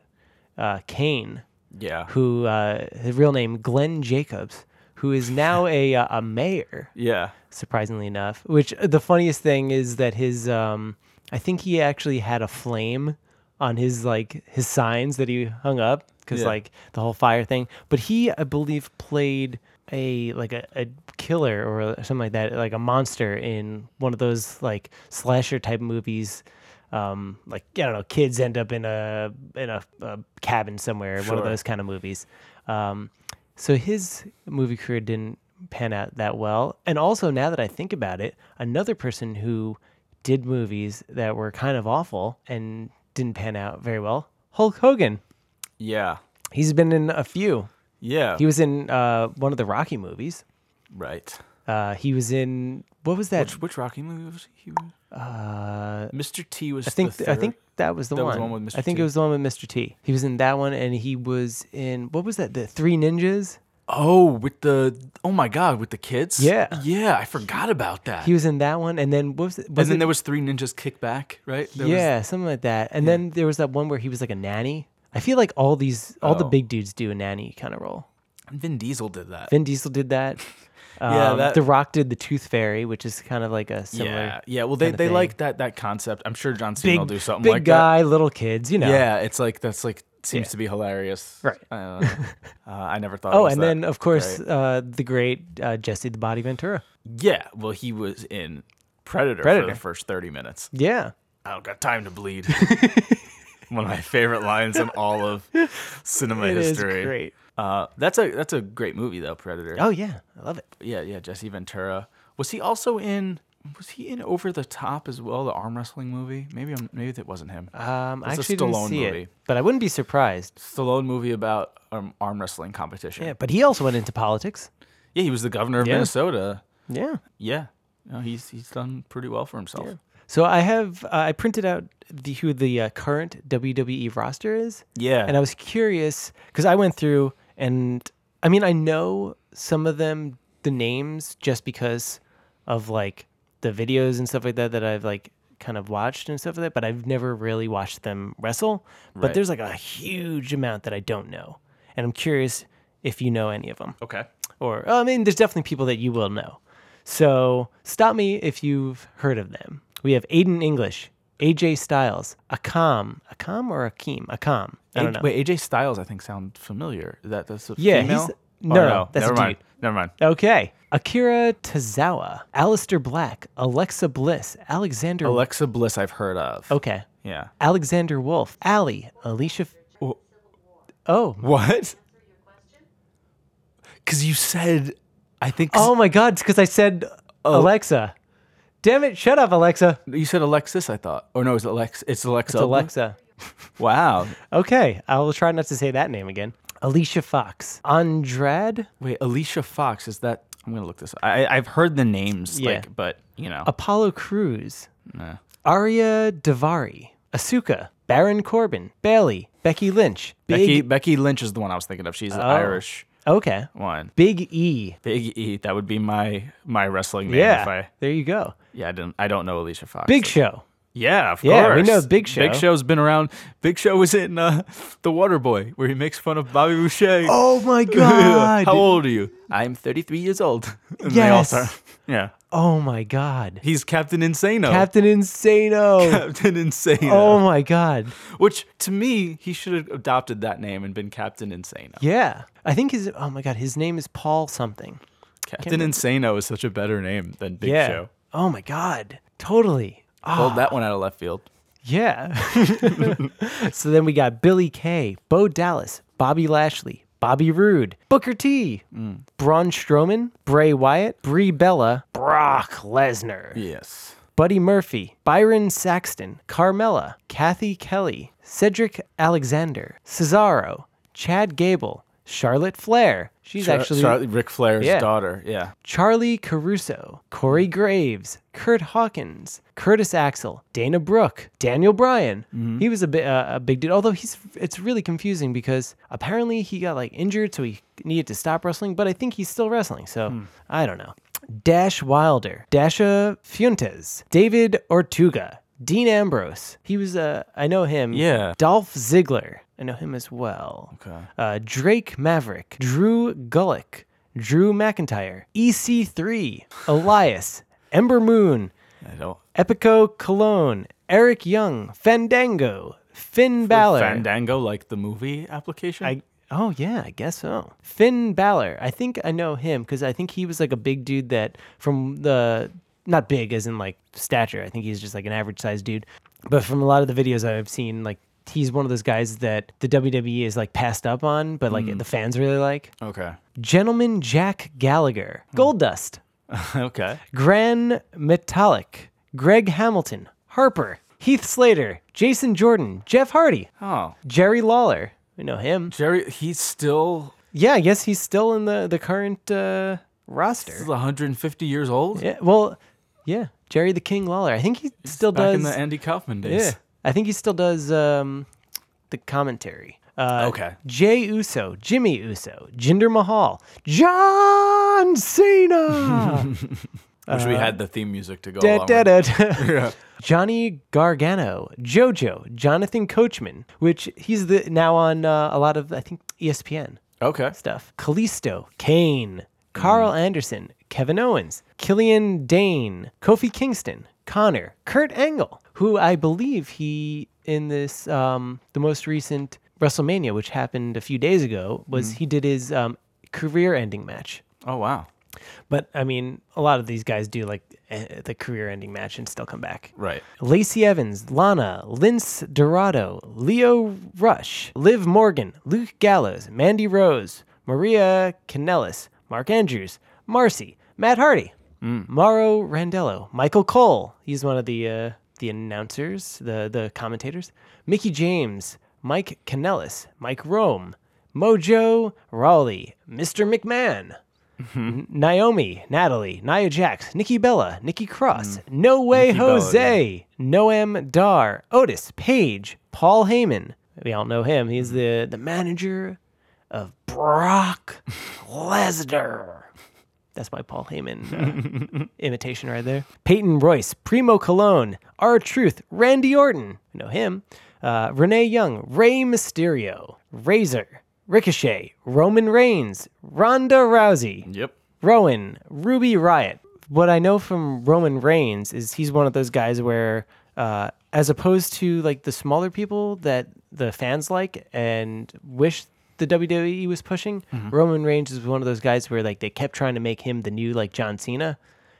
[SPEAKER 2] uh, Kane,
[SPEAKER 3] Yeah.
[SPEAKER 2] who uh, his real name Glenn Jacobs, who is
[SPEAKER 3] <laughs>
[SPEAKER 2] now a uh, a mayor
[SPEAKER 3] Yeah.
[SPEAKER 2] surprisingly enough. Which uh, the funniest thing is that his, um, I think he actually had a flame on his like his signs that he hung up because
[SPEAKER 3] Yeah.
[SPEAKER 2] like the whole fire thing. But he, I believe, played a like a, a killer or a- something like that, like a monster in one of those like slasher type movies. Um, like I don't know, kids end up in a in a, a cabin somewhere, one of
[SPEAKER 3] Sure.
[SPEAKER 2] those kind of movies. Um, so his movie career didn't pan out that well. And also, now that I think about it, another person who did movies that were kind of awful and didn't pan out very well, Hulk Hogan.
[SPEAKER 3] Yeah.
[SPEAKER 2] He's been in a few.
[SPEAKER 3] Yeah.
[SPEAKER 2] He was in uh, one of the Rocky movies.
[SPEAKER 3] right.
[SPEAKER 2] Uh, he was in what was that?
[SPEAKER 3] Which, which Rocky movie was he? in?
[SPEAKER 2] Uh,
[SPEAKER 3] Mr. T was.
[SPEAKER 2] I think
[SPEAKER 3] the
[SPEAKER 2] I
[SPEAKER 3] third-
[SPEAKER 2] think that was the
[SPEAKER 3] That
[SPEAKER 2] one.
[SPEAKER 3] was the one with
[SPEAKER 2] I
[SPEAKER 3] Mr.
[SPEAKER 2] think
[SPEAKER 3] T.
[SPEAKER 2] it was the one with Mr. T. He was in that one, and he was in what was that? The Three Ninjas.
[SPEAKER 3] Oh, with the oh my god, with the kids.
[SPEAKER 2] Yeah.
[SPEAKER 3] yeah, I forgot about that.
[SPEAKER 2] He was in that one, and then what was it?
[SPEAKER 3] and
[SPEAKER 2] Was
[SPEAKER 3] then
[SPEAKER 2] it
[SPEAKER 3] there was three ninjas kickback, right? There was-
[SPEAKER 2] yeah, something like that. And then there was that one where he was like a nanny. I feel like all these, all the
[SPEAKER 3] Oh.
[SPEAKER 2] big dudes do a nanny kind of role.
[SPEAKER 3] Vin Diesel did that.
[SPEAKER 2] Vin Diesel did that. Um,
[SPEAKER 3] <laughs> Yeah, that-
[SPEAKER 2] The Rock did the Tooth Fairy, which is kind of like a similar
[SPEAKER 3] yeah, Oh yeah. Well, they,
[SPEAKER 2] kinda
[SPEAKER 3] they
[SPEAKER 2] thing.
[SPEAKER 3] like that that concept. I'm sure John Cena
[SPEAKER 2] big,
[SPEAKER 3] will do something
[SPEAKER 2] big
[SPEAKER 3] like that.
[SPEAKER 2] guy, little kids, you know.
[SPEAKER 3] Yeah, it's like that's like seems
[SPEAKER 2] Yeah.
[SPEAKER 3] to be hilarious.
[SPEAKER 2] Right.
[SPEAKER 3] I,
[SPEAKER 2] <laughs>
[SPEAKER 3] don't know. uh, I never thought. it
[SPEAKER 2] Oh,
[SPEAKER 3] was
[SPEAKER 2] and
[SPEAKER 3] that
[SPEAKER 2] then of course
[SPEAKER 3] great.
[SPEAKER 2] uh, the great uh, Jesse the Body Ventura.
[SPEAKER 3] yeah. Well, he was in Predator, for
[SPEAKER 2] Predator.
[SPEAKER 3] the first thirty minutes.
[SPEAKER 2] Yeah.
[SPEAKER 3] I don't got time to
[SPEAKER 2] <laughs>
[SPEAKER 3] bleed. One of my favorite lines in all
[SPEAKER 2] <laughs>
[SPEAKER 3] of cinema
[SPEAKER 2] It is
[SPEAKER 3] history.
[SPEAKER 2] great.
[SPEAKER 3] Uh, that's a that's a great movie though, Predator.
[SPEAKER 2] Oh yeah, I love it.
[SPEAKER 3] Yeah, yeah. Jesse Ventura was he also in? Was he in Over the Top as well, the arm wrestling movie? Maybe I'm, maybe that wasn't him.
[SPEAKER 2] Um, I
[SPEAKER 3] It's a
[SPEAKER 2] actually didn't
[SPEAKER 3] Stallone
[SPEAKER 2] see
[SPEAKER 3] movie.
[SPEAKER 2] it, but I wouldn't be surprised.
[SPEAKER 3] Stallone movie about um, arm wrestling competition.
[SPEAKER 2] Yeah, but he also went into politics.
[SPEAKER 3] Yeah, he was the governor of
[SPEAKER 2] Yeah.
[SPEAKER 3] Minnesota.
[SPEAKER 2] Yeah.
[SPEAKER 3] Yeah, no, he's he's done pretty well for himself. Yeah,
[SPEAKER 2] So I have uh, I printed out the who the uh, current WWE roster is, and I was curious because I went through and I mean I know some of them the names just because of like the videos and stuff like that that I've like kind of watched and stuff like that, but I've never really watched them wrestle. But
[SPEAKER 3] Right.
[SPEAKER 2] there's like a huge amount that I don't know, and I'm curious if you know any of them
[SPEAKER 3] okay.
[SPEAKER 2] or I mean, there's definitely people that you will know. So stop me if you've heard of them. We have Aiden English, AJ Styles, Akam, Akam or Akeem, Akam. I don't know.
[SPEAKER 3] Wait, AJ Styles I think sound familiar. Is that that's a
[SPEAKER 2] Yeah,
[SPEAKER 3] female?
[SPEAKER 2] he's-
[SPEAKER 3] Oh,
[SPEAKER 2] no, no, that's a
[SPEAKER 3] never mind.
[SPEAKER 2] dude.
[SPEAKER 3] Never mind.
[SPEAKER 2] Okay, Akira Tozawa, Alistair Black, Alexa Bliss, Alexander.
[SPEAKER 3] Alexa Bliss I've heard of.
[SPEAKER 2] okay,
[SPEAKER 3] Yeah.
[SPEAKER 2] Alexander Wolf, Ali, Alicia. F-
[SPEAKER 3] Wh-
[SPEAKER 2] oh,
[SPEAKER 3] What? Because you said, I think.
[SPEAKER 2] oh my God! It's because I said
[SPEAKER 3] Oh.
[SPEAKER 2] Alexa. Damn it! Shut up, Alexa.
[SPEAKER 3] You said Alexis, I thought. Or no, it's Alex. It's Alexa.
[SPEAKER 2] It's Alexa.
[SPEAKER 3] Wow.
[SPEAKER 2] Okay, I will try not to say that name again. Alicia Fox, Andrade,
[SPEAKER 3] Wait, Alicia Fox is that? I'm gonna look this. Up. I I've heard the names,
[SPEAKER 2] Yeah.
[SPEAKER 3] like, but you know.
[SPEAKER 2] Apollo Cruz,
[SPEAKER 3] nah.
[SPEAKER 2] Arya Davari, Asuka, Baron Corbin, Bailey, Becky Lynch,
[SPEAKER 3] Becky
[SPEAKER 2] Big Oh.
[SPEAKER 3] Becky Lynch is the one I was thinking of. She's the Irish
[SPEAKER 2] Okay,
[SPEAKER 3] one.
[SPEAKER 2] Big E.
[SPEAKER 3] Big E. That would be my my wrestling name. If
[SPEAKER 2] Yeah,
[SPEAKER 3] I,
[SPEAKER 2] there you go.
[SPEAKER 3] yeah. I don't. I don't know Alicia Fox.
[SPEAKER 2] Big Show.
[SPEAKER 3] Yeah, of
[SPEAKER 2] Yeah, we
[SPEAKER 3] course.
[SPEAKER 2] know Big Show.
[SPEAKER 3] Big Show's been around. Big Show was in uh, The Water Boy, where he makes fun of Bobby Boucher. <laughs>
[SPEAKER 2] Oh my
[SPEAKER 3] How old are you? I'm 33 years old. <laughs> And they all
[SPEAKER 2] Yes.
[SPEAKER 3] start- yeah.
[SPEAKER 2] Oh my God,
[SPEAKER 3] He's Captain Insano.
[SPEAKER 2] Captain Insano.
[SPEAKER 3] Captain <laughs> Insano.
[SPEAKER 2] Oh my God.
[SPEAKER 3] Which to me, he should have adopted that name and been Captain Insano.
[SPEAKER 2] Yeah, I think his. Oh my God, his name is Paul something.
[SPEAKER 3] Captain Insano is such a better name than Big
[SPEAKER 2] yeah. Ah.
[SPEAKER 3] Show.
[SPEAKER 2] Oh my God. Totally.
[SPEAKER 3] Pulled that one out of left field.
[SPEAKER 2] Yeah. <laughs> so then we got Billy Kay, Bo Dallas, Bobby Lashley, Bobby Roode, Booker T, Braun Strowman, Bray Wyatt, Brie Bella, Brock Lesnar,
[SPEAKER 3] Yes.
[SPEAKER 2] Buddy Murphy, Byron Saxton, Carmella, Kathy Kelly, Cedric Alexander, Cesaro, Chad Gable, Charlotte Flair. She's actually
[SPEAKER 3] Charlie Ric Flair's
[SPEAKER 2] Yeah.
[SPEAKER 3] daughter. Yeah.
[SPEAKER 2] Charlie Caruso, Corey Graves, Kurt Hawkins, Curtis Axel, Dana Brooke, Daniel Bryan. He was a, bi- uh, a big dude, although he's it's really confusing because apparently he got like injured, so he needed to stop wrestling. But I think he's still wrestling, so I don't know. Dash Wilder, Dasha Fuentes, David Ortuga, Dean Ambrose. He was uh, I know him.
[SPEAKER 3] Yeah.
[SPEAKER 2] Dolph Ziggler. I know him as well.
[SPEAKER 3] Okay.
[SPEAKER 2] Uh, Drake Maverick, Drew Gullick, Drew McIntyre, EC3, Elias, Ember Moon,
[SPEAKER 3] I don't.
[SPEAKER 2] Epico Cologne, Eric Young, Fandango, Finn Balor.
[SPEAKER 3] Fandango, like the movie application.
[SPEAKER 2] I, oh yeah, I guess so. Finn Balor. I think I know him because I think he was like a big dude that from the not big as in like stature. I think he's just like an average sized dude. But from a lot of the videos I've seen, like he's one of those guys that the WWE is like passed up on, but like the fans really like.
[SPEAKER 3] okay. <laughs>
[SPEAKER 2] Gentleman Jack Gallagher, Goldust,
[SPEAKER 3] okay.
[SPEAKER 2] Gran Metallic, Greg Hamilton, Harper, Heath Slater, Jason Jordan, Jeff Hardy,
[SPEAKER 3] Oh,
[SPEAKER 2] Jerry Lawler. We know him.
[SPEAKER 3] Jerry. He's still
[SPEAKER 2] Yeah, I guess he's still in the the current uh, roster.
[SPEAKER 3] still 150 years old.
[SPEAKER 2] Yeah, well, yeah, Jerry the King Lawler. I think he still
[SPEAKER 3] Back
[SPEAKER 2] does.
[SPEAKER 3] in the Andy Kaufman days.
[SPEAKER 2] yeah, I think he still does um, the commentary. Uh,
[SPEAKER 3] Okay.
[SPEAKER 2] Jay Uso, Jimmy Uso, Jinder Mahal, John
[SPEAKER 3] <laughs>
[SPEAKER 2] Cena,
[SPEAKER 3] Wish we had the theme music to go
[SPEAKER 2] Uh-huh. Da,
[SPEAKER 3] along
[SPEAKER 2] da,
[SPEAKER 3] with.
[SPEAKER 2] da,
[SPEAKER 3] <laughs>
[SPEAKER 2] da. Johnny Gargano, JoJo, Jonathan Coachman, which he's the now on uh, a lot of I think ESPN
[SPEAKER 3] Okay.
[SPEAKER 2] stuff. Kalisto, Kane, Carl Anderson, Kevin Owens, Killian Dane, Kofi Kingston, Connor, Kurt Angle, who I believe he in this um, the most recent WrestleMania, which happened a few days ago, was he did his um, career-ending match.
[SPEAKER 3] Oh wow.
[SPEAKER 2] But I mean, a lot of these guys do like eh, the career-ending match and still come back.
[SPEAKER 3] Right.
[SPEAKER 2] Lacey Evans, Lana, Lince Dorado, Leo Rush, Liv Morgan, Luke Gallows, Mandy Rose, Maria Kanellis, Mark Andrews, Marcy, Matt Hardy, Mauro Randello, Michael Cole. He's one of the uh, the announcers, the the commentators. Mickey James, Mike Kanellis, Mike Rome, Mojo Rawley, Mr. McMahon. Naomi, Natalie, Nia Jax, Nikki Bella, Nikki Cross, No Way
[SPEAKER 3] Bella,
[SPEAKER 2] Jose, Noam Dar, Otis Page, Paul Heyman. We all know him. He's the, the manager of Brock Lesnar. That's my Paul Heyman uh, imitation right there. Peyton Royce, Primo Cologne, R Truth, Randy Orton. I know him. Uh, Renee Young, Rey Mysterio, Razor, Ricochet, Roman Reigns, Ronda Rousey.
[SPEAKER 3] Yep.
[SPEAKER 2] Rowan, Ruby Riot. What I know from Roman Reigns is he's one of those guys where, uh, as opposed to like the smaller people that the fans like and wish the WWE was pushing,
[SPEAKER 3] Mm-hmm.
[SPEAKER 2] Roman Reigns is one of those guys where like they kept trying to make him the new like John Cena,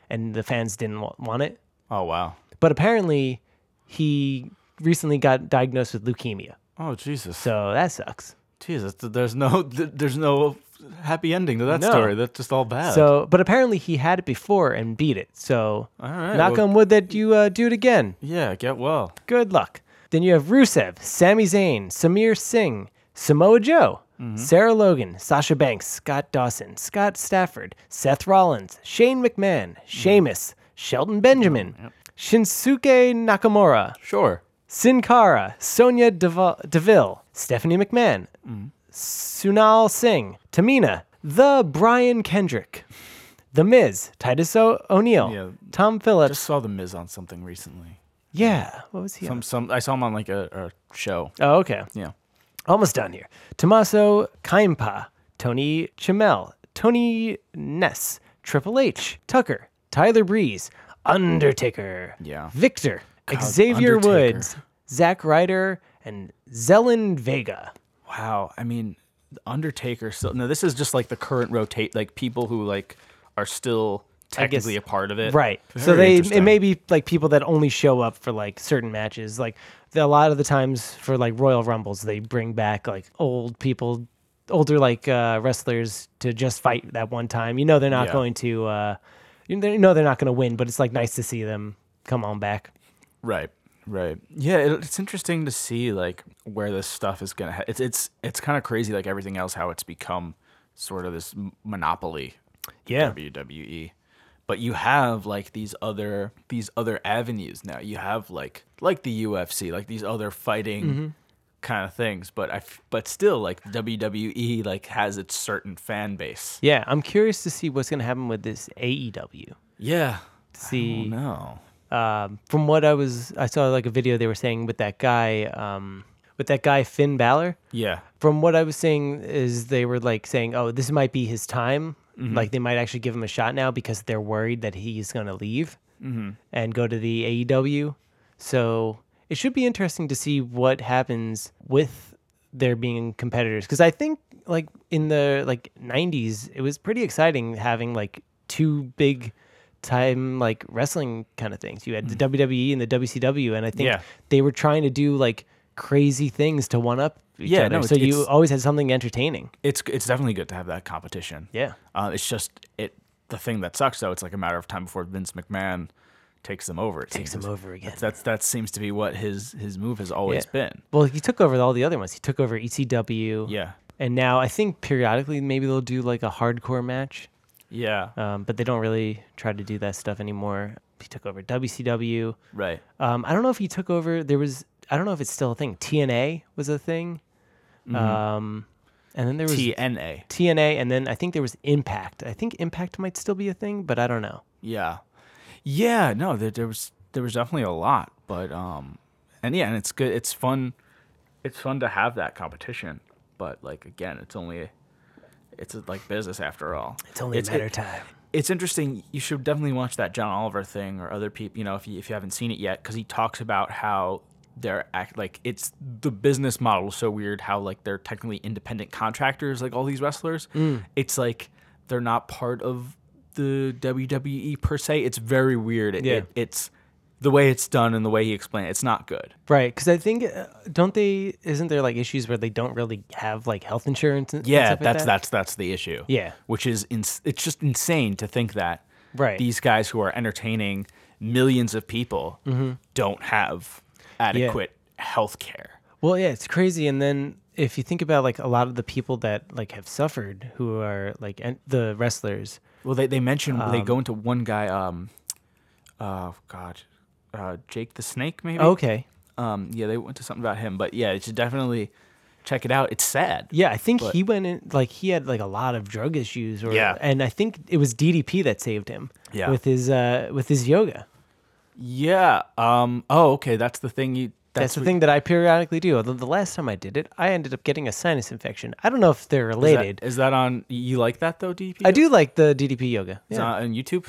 [SPEAKER 2] and the fans didn't wa- want it.
[SPEAKER 3] Oh wow.
[SPEAKER 2] But apparently, he recently got diagnosed with leukemia,
[SPEAKER 3] Oh Jesus.
[SPEAKER 2] so that sucks.
[SPEAKER 3] Jesus. th- There's no. <laughs> th- There's no happy ending to that
[SPEAKER 2] No.
[SPEAKER 3] story. That's just all bad.
[SPEAKER 2] So, but apparently he had it before and beat it. So,
[SPEAKER 3] right,
[SPEAKER 2] knock
[SPEAKER 3] well-
[SPEAKER 2] on wood that you uh, do it again.
[SPEAKER 3] yeah. Get well.
[SPEAKER 2] Good luck. Then you have Rusev, Sami Zayn, Samir Singh, Samoa Joe,
[SPEAKER 3] Mm-hmm.
[SPEAKER 2] Sarah Logan, Sasha Banks, Scott Dawson, Scott Stafford, Seth Rollins, Shane
[SPEAKER 3] Mm.
[SPEAKER 2] McMahon, Sheamus, Shelton Benjamin, Shinsuke Nakamura,
[SPEAKER 3] Sure.
[SPEAKER 2] Sin Cara, Sonia Deva- Deville, Stephanie McMahon,
[SPEAKER 3] Mm.
[SPEAKER 2] Sunal Singh, Tamina, The Brian Kendrick, The Miz, Titus o- O'Neil,
[SPEAKER 3] Yeah.
[SPEAKER 2] Tom Phillips.
[SPEAKER 3] Just saw the Miz on something recently.
[SPEAKER 2] yeah, what was he? on?
[SPEAKER 3] Some. Some. I saw him on like a, a show.
[SPEAKER 2] Oh, okay.
[SPEAKER 3] Yeah.
[SPEAKER 2] Almost done here. Tommaso Kaimpa, Tony Chamel, Tony Ness, Triple H, Tucker, Tyler Breeze, Undertaker,
[SPEAKER 3] Yeah.
[SPEAKER 2] Victor, Xavier
[SPEAKER 3] Undertaker.
[SPEAKER 2] Woods, Zack Ryder, and Zelen Vega.
[SPEAKER 3] Wow. I mean, the Undertaker. So no, this is just like the current rotate. Like people who like are still
[SPEAKER 2] I guess-
[SPEAKER 3] technically a part of it.
[SPEAKER 2] Right. so
[SPEAKER 3] Very
[SPEAKER 2] they it
[SPEAKER 3] interesting.
[SPEAKER 2] may be like people that only show up for like certain matches. Like the, a lot of the times for like Royal Rumbles, they bring back like old people, older like uh, wrestlers to just fight that one time. You know they're not
[SPEAKER 3] Yeah.
[SPEAKER 2] going to, uh, you know- you know they're not going to win, but it's like nice to see them come on back.
[SPEAKER 3] Right. Right. Yeah, it, it's interesting to see like where this stuff is gonna. Ha- it's it's it's kind of crazy, like everything else, how it's become sort of this m- monopoly.
[SPEAKER 2] Yeah.
[SPEAKER 3] WWE. E. But you have like these other these other avenues now. You have like like the UFC, like these other fighting
[SPEAKER 2] Mm-hmm.
[SPEAKER 3] kind of things. But I f- but still like WWE like has its certain fan base.
[SPEAKER 2] Yeah, I'm curious to see what's going to happen with this AEW.
[SPEAKER 3] Yeah.
[SPEAKER 2] See,
[SPEAKER 3] No.
[SPEAKER 2] um, from what I was, I saw like a video they were saying with that guy, um, with that guy Finn Balor.
[SPEAKER 3] Yeah.
[SPEAKER 2] from what I was seeing is they were like saying, "Oh, this might be his time. Like they might actually give him a shot now because they're worried that he's going to leave and go to the AEW." So it should be interesting to see what happens with there being competitors because I think like in the like 90s it was pretty exciting having like two big time like wrestling kind of things. You had the WWE and the WCW and I think
[SPEAKER 3] Yeah.
[SPEAKER 2] they were trying to do like crazy things to one up each
[SPEAKER 3] Yeah,
[SPEAKER 2] other.
[SPEAKER 3] no,
[SPEAKER 2] so
[SPEAKER 3] it's-
[SPEAKER 2] you
[SPEAKER 3] it's-
[SPEAKER 2] always had something entertaining.
[SPEAKER 3] It's it's definitely good to have that competition.
[SPEAKER 2] Yeah.
[SPEAKER 3] Uh, it's just it the thing that sucks though. It's like a matter of time before Vince McMahon takes them over. It
[SPEAKER 2] Takes
[SPEAKER 3] seems.
[SPEAKER 2] them over again.
[SPEAKER 3] That's, that's that seems to be what his his move has always been.
[SPEAKER 2] Well, he took over all the other ones. He took over ECW.
[SPEAKER 3] Yeah.
[SPEAKER 2] And now I think periodically maybe they'll do like a hardcore match,
[SPEAKER 3] Yeah.
[SPEAKER 2] um, but they don't really try to do that stuff anymore. He took over WCW.
[SPEAKER 3] right.
[SPEAKER 2] Um, I don't know if he took over. There was I don't know if it's still a thing. TNA was a thing. Um, and then there was
[SPEAKER 3] TNA.
[SPEAKER 2] TNA, and then I think there was Impact. I think Impact might still be a thing, but I don't know.
[SPEAKER 3] Yeah, yeah. No, there, there was there was definitely a lot, but um, and yeah, and it's good. It's fun. It's fun to have that competition, but like again, it's only it's like business after all.
[SPEAKER 2] It's only a matter
[SPEAKER 3] it-
[SPEAKER 2] of time.
[SPEAKER 3] it's interesting. You should definitely watch that John Oliver thing or other people. You know, if you, if you haven't seen it yet, because he talks about how they're act like it's the business model is so weird. How like they're technically independent contractors, like all these wrestlers.
[SPEAKER 2] Mm.
[SPEAKER 3] It's like they're not part of the WWE per se. It's very weird. It,
[SPEAKER 2] Yeah.
[SPEAKER 3] it- it's the way it's done and the way he explained it, it's not good.
[SPEAKER 2] Right, because I think uh, don't they? Isn't there like issues where they don't really have like health insurance? And and
[SPEAKER 3] Yeah,
[SPEAKER 2] stuff like
[SPEAKER 3] that's
[SPEAKER 2] that?
[SPEAKER 3] that's that's the issue.
[SPEAKER 2] Yeah.
[SPEAKER 3] which is ins- it's just insane to think that
[SPEAKER 2] Right.
[SPEAKER 3] these guys who are entertaining millions of people
[SPEAKER 2] Mm-hmm.
[SPEAKER 3] don't have adequate health care.
[SPEAKER 2] Well, yeah, it's crazy. And then if you think about like a lot of the people that like have suffered, who are like en- the wrestlers,
[SPEAKER 3] Well, they they mention they go into one guy. Um, oh God, uh, Jake the Snake maybe.
[SPEAKER 2] okay,
[SPEAKER 3] Um, yeah, they went to something about him, but yeah, you should definitely check it out. It's sad.
[SPEAKER 2] yeah, I think
[SPEAKER 3] But-
[SPEAKER 2] he went in like he had like a lot of drug issues, or
[SPEAKER 3] Yeah.
[SPEAKER 2] and I think it was DDP that saved him,
[SPEAKER 3] Yeah.
[SPEAKER 2] with his uh with his yoga.
[SPEAKER 3] Yeah. Um. Oh, okay. That's the thing. You.
[SPEAKER 2] That's, the
[SPEAKER 3] what-
[SPEAKER 2] thing that I periodically do. Although the last time I did it, I ended up getting a sinus infection. I don't know if they're
[SPEAKER 3] Is that-
[SPEAKER 2] related.
[SPEAKER 3] Is that on? You like that though, DP?
[SPEAKER 2] I do like the DDP yoga.
[SPEAKER 3] It's
[SPEAKER 2] Yeah.
[SPEAKER 3] not on YouTube.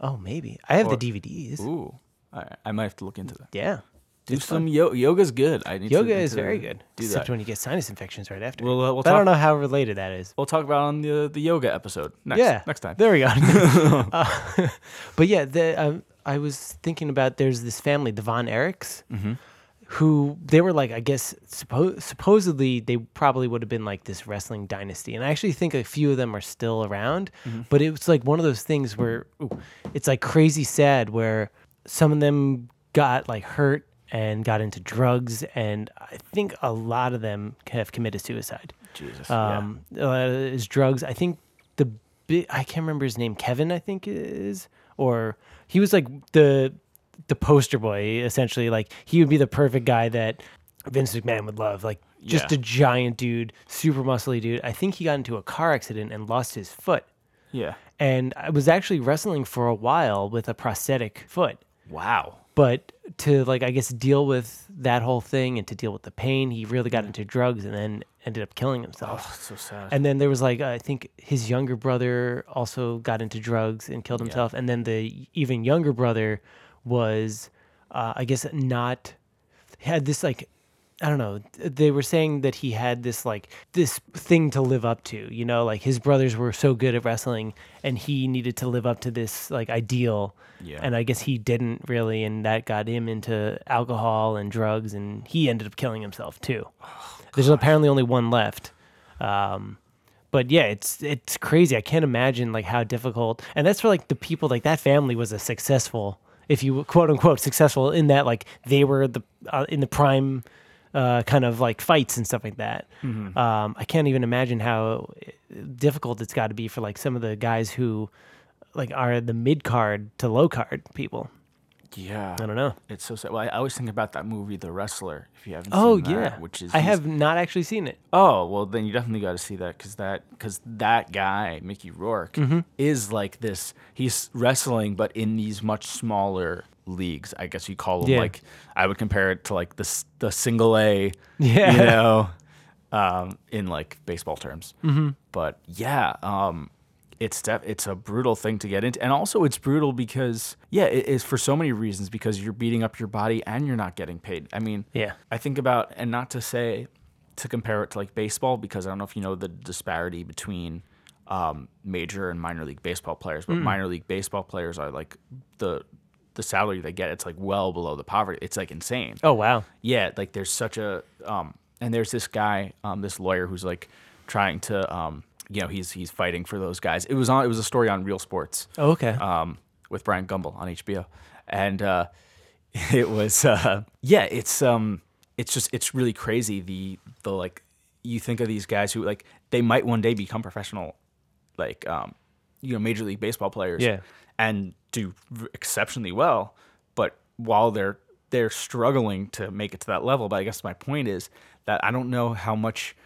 [SPEAKER 2] Oh, maybe I have
[SPEAKER 3] Or-
[SPEAKER 2] the DVDs.
[SPEAKER 3] Ooh, all right. I might have to look into that.
[SPEAKER 2] Yeah,
[SPEAKER 3] Do some yo- yoga's good. I need to-
[SPEAKER 2] yoga
[SPEAKER 3] need
[SPEAKER 2] is
[SPEAKER 3] to
[SPEAKER 2] very good,
[SPEAKER 3] Do
[SPEAKER 2] except
[SPEAKER 3] that.
[SPEAKER 2] when you get sinus infections right after.
[SPEAKER 3] We'll, uh, we'll
[SPEAKER 2] But I don't
[SPEAKER 3] talk-
[SPEAKER 2] know how related that is.
[SPEAKER 3] We'll talk about it on the the yoga episode next
[SPEAKER 2] yeah,
[SPEAKER 3] next time.
[SPEAKER 2] There we
[SPEAKER 3] <laughs>
[SPEAKER 2] go. Uh, <laughs> but yeah, the, um, I was thinking about there's this family, the Von Erichs,
[SPEAKER 3] Mm-hmm.
[SPEAKER 2] who they were like, I guess suppo- supposedly they probably would have been like this wrestling dynasty, and I actually think a few of them are still around.
[SPEAKER 3] Mm-hmm.
[SPEAKER 2] But it was like one of those things where ooh, it's like crazy sad where some of them got like hurt and got into drugs, and I think a lot of them have committed suicide
[SPEAKER 3] Jesus.
[SPEAKER 2] um, uh, is drugs. I think the bi- I can't remember his name. Kevin, I think is, or he was like the the poster boy essentially. Like he would be the perfect guy that Vince McMahon would love. Like just a
[SPEAKER 3] Yeah.
[SPEAKER 2] giant dude, super muscly dude. I think he got into a car accident and lost his foot.
[SPEAKER 3] yeah.
[SPEAKER 2] And I was actually wrestling for a while with a prosthetic foot
[SPEAKER 3] Yeah. Wow.
[SPEAKER 2] but to like i guess deal with that whole thing and to deal with the pain he really got into drugs and then ended up killing himself
[SPEAKER 3] So sad.
[SPEAKER 2] and then there was like i think his younger brother also got into drugs and killed himself and then the even younger brother was uh, i guess not had this like i don't know they were saying that he had this like this thing to live up to you know like his brothers were so good at wrestling and he needed to live up to this like ideal
[SPEAKER 3] Yeah.
[SPEAKER 2] and i guess he didn't really and that got him into alcohol and drugs and he ended up killing himself too there's apparently only one left um but yeah it's it's crazy i can't imagine like how difficult and that's for like the people like that family was a successful if you quote unquote successful in that like they were the uh, in the prime uh, kind of like fights and stuff like that
[SPEAKER 3] Mm-hmm.
[SPEAKER 2] um, i can't even imagine how eh, difficult it's got to be for like some of the guys who like are the mid card to low card people
[SPEAKER 3] Yeah.
[SPEAKER 2] i don't know
[SPEAKER 3] It's so sad. Well, I, I always think about that movie, The Wrestler. If you haven't.
[SPEAKER 2] oh
[SPEAKER 3] seen that,
[SPEAKER 2] yeah
[SPEAKER 3] Which is
[SPEAKER 2] i
[SPEAKER 3] these-
[SPEAKER 2] have not actually seen it
[SPEAKER 3] Oh well, then you definitely got to see that because that because that guy Mickey Rourke
[SPEAKER 2] Mm-hmm.
[SPEAKER 3] is like this. He's wrestling, but in these much smaller leagues. I guess you call them
[SPEAKER 2] Yeah.
[SPEAKER 3] like I would compare it to like the s- the single A.
[SPEAKER 2] Yeah.
[SPEAKER 3] You know, um, in like baseball terms. Mm-hmm. But yeah, um, it's def- it's a brutal thing to get into, and also it's brutal because yeah, it is for so many reasons because you're beating up your body and you're not getting paid. I mean,
[SPEAKER 2] Yeah.
[SPEAKER 3] I think about, and not to say to compare it to like baseball, because I don't know if you know the disparity between um, major and minor league baseball players, but minor league baseball players are like the the salary they get, it's like well below the poverty. It's like insane
[SPEAKER 2] oh wow
[SPEAKER 3] yeah, like there's such a um, and there's this guy, um, this lawyer who's like trying to um, you know, he's he's fighting for those guys. It was on it was a story on Real Sports
[SPEAKER 2] oh, okay
[SPEAKER 3] um, with Brian Gumble on HBO, and uh, <laughs> it was uh, yeah, it's um, it's just it's really crazy the the like you think of these guys who like they might one day become professional, like um, you know major league baseball players,
[SPEAKER 2] Yeah.
[SPEAKER 3] and do v- exceptionally well, but while they're they're struggling to make it to that level. But I guess my point is that I don't know how much,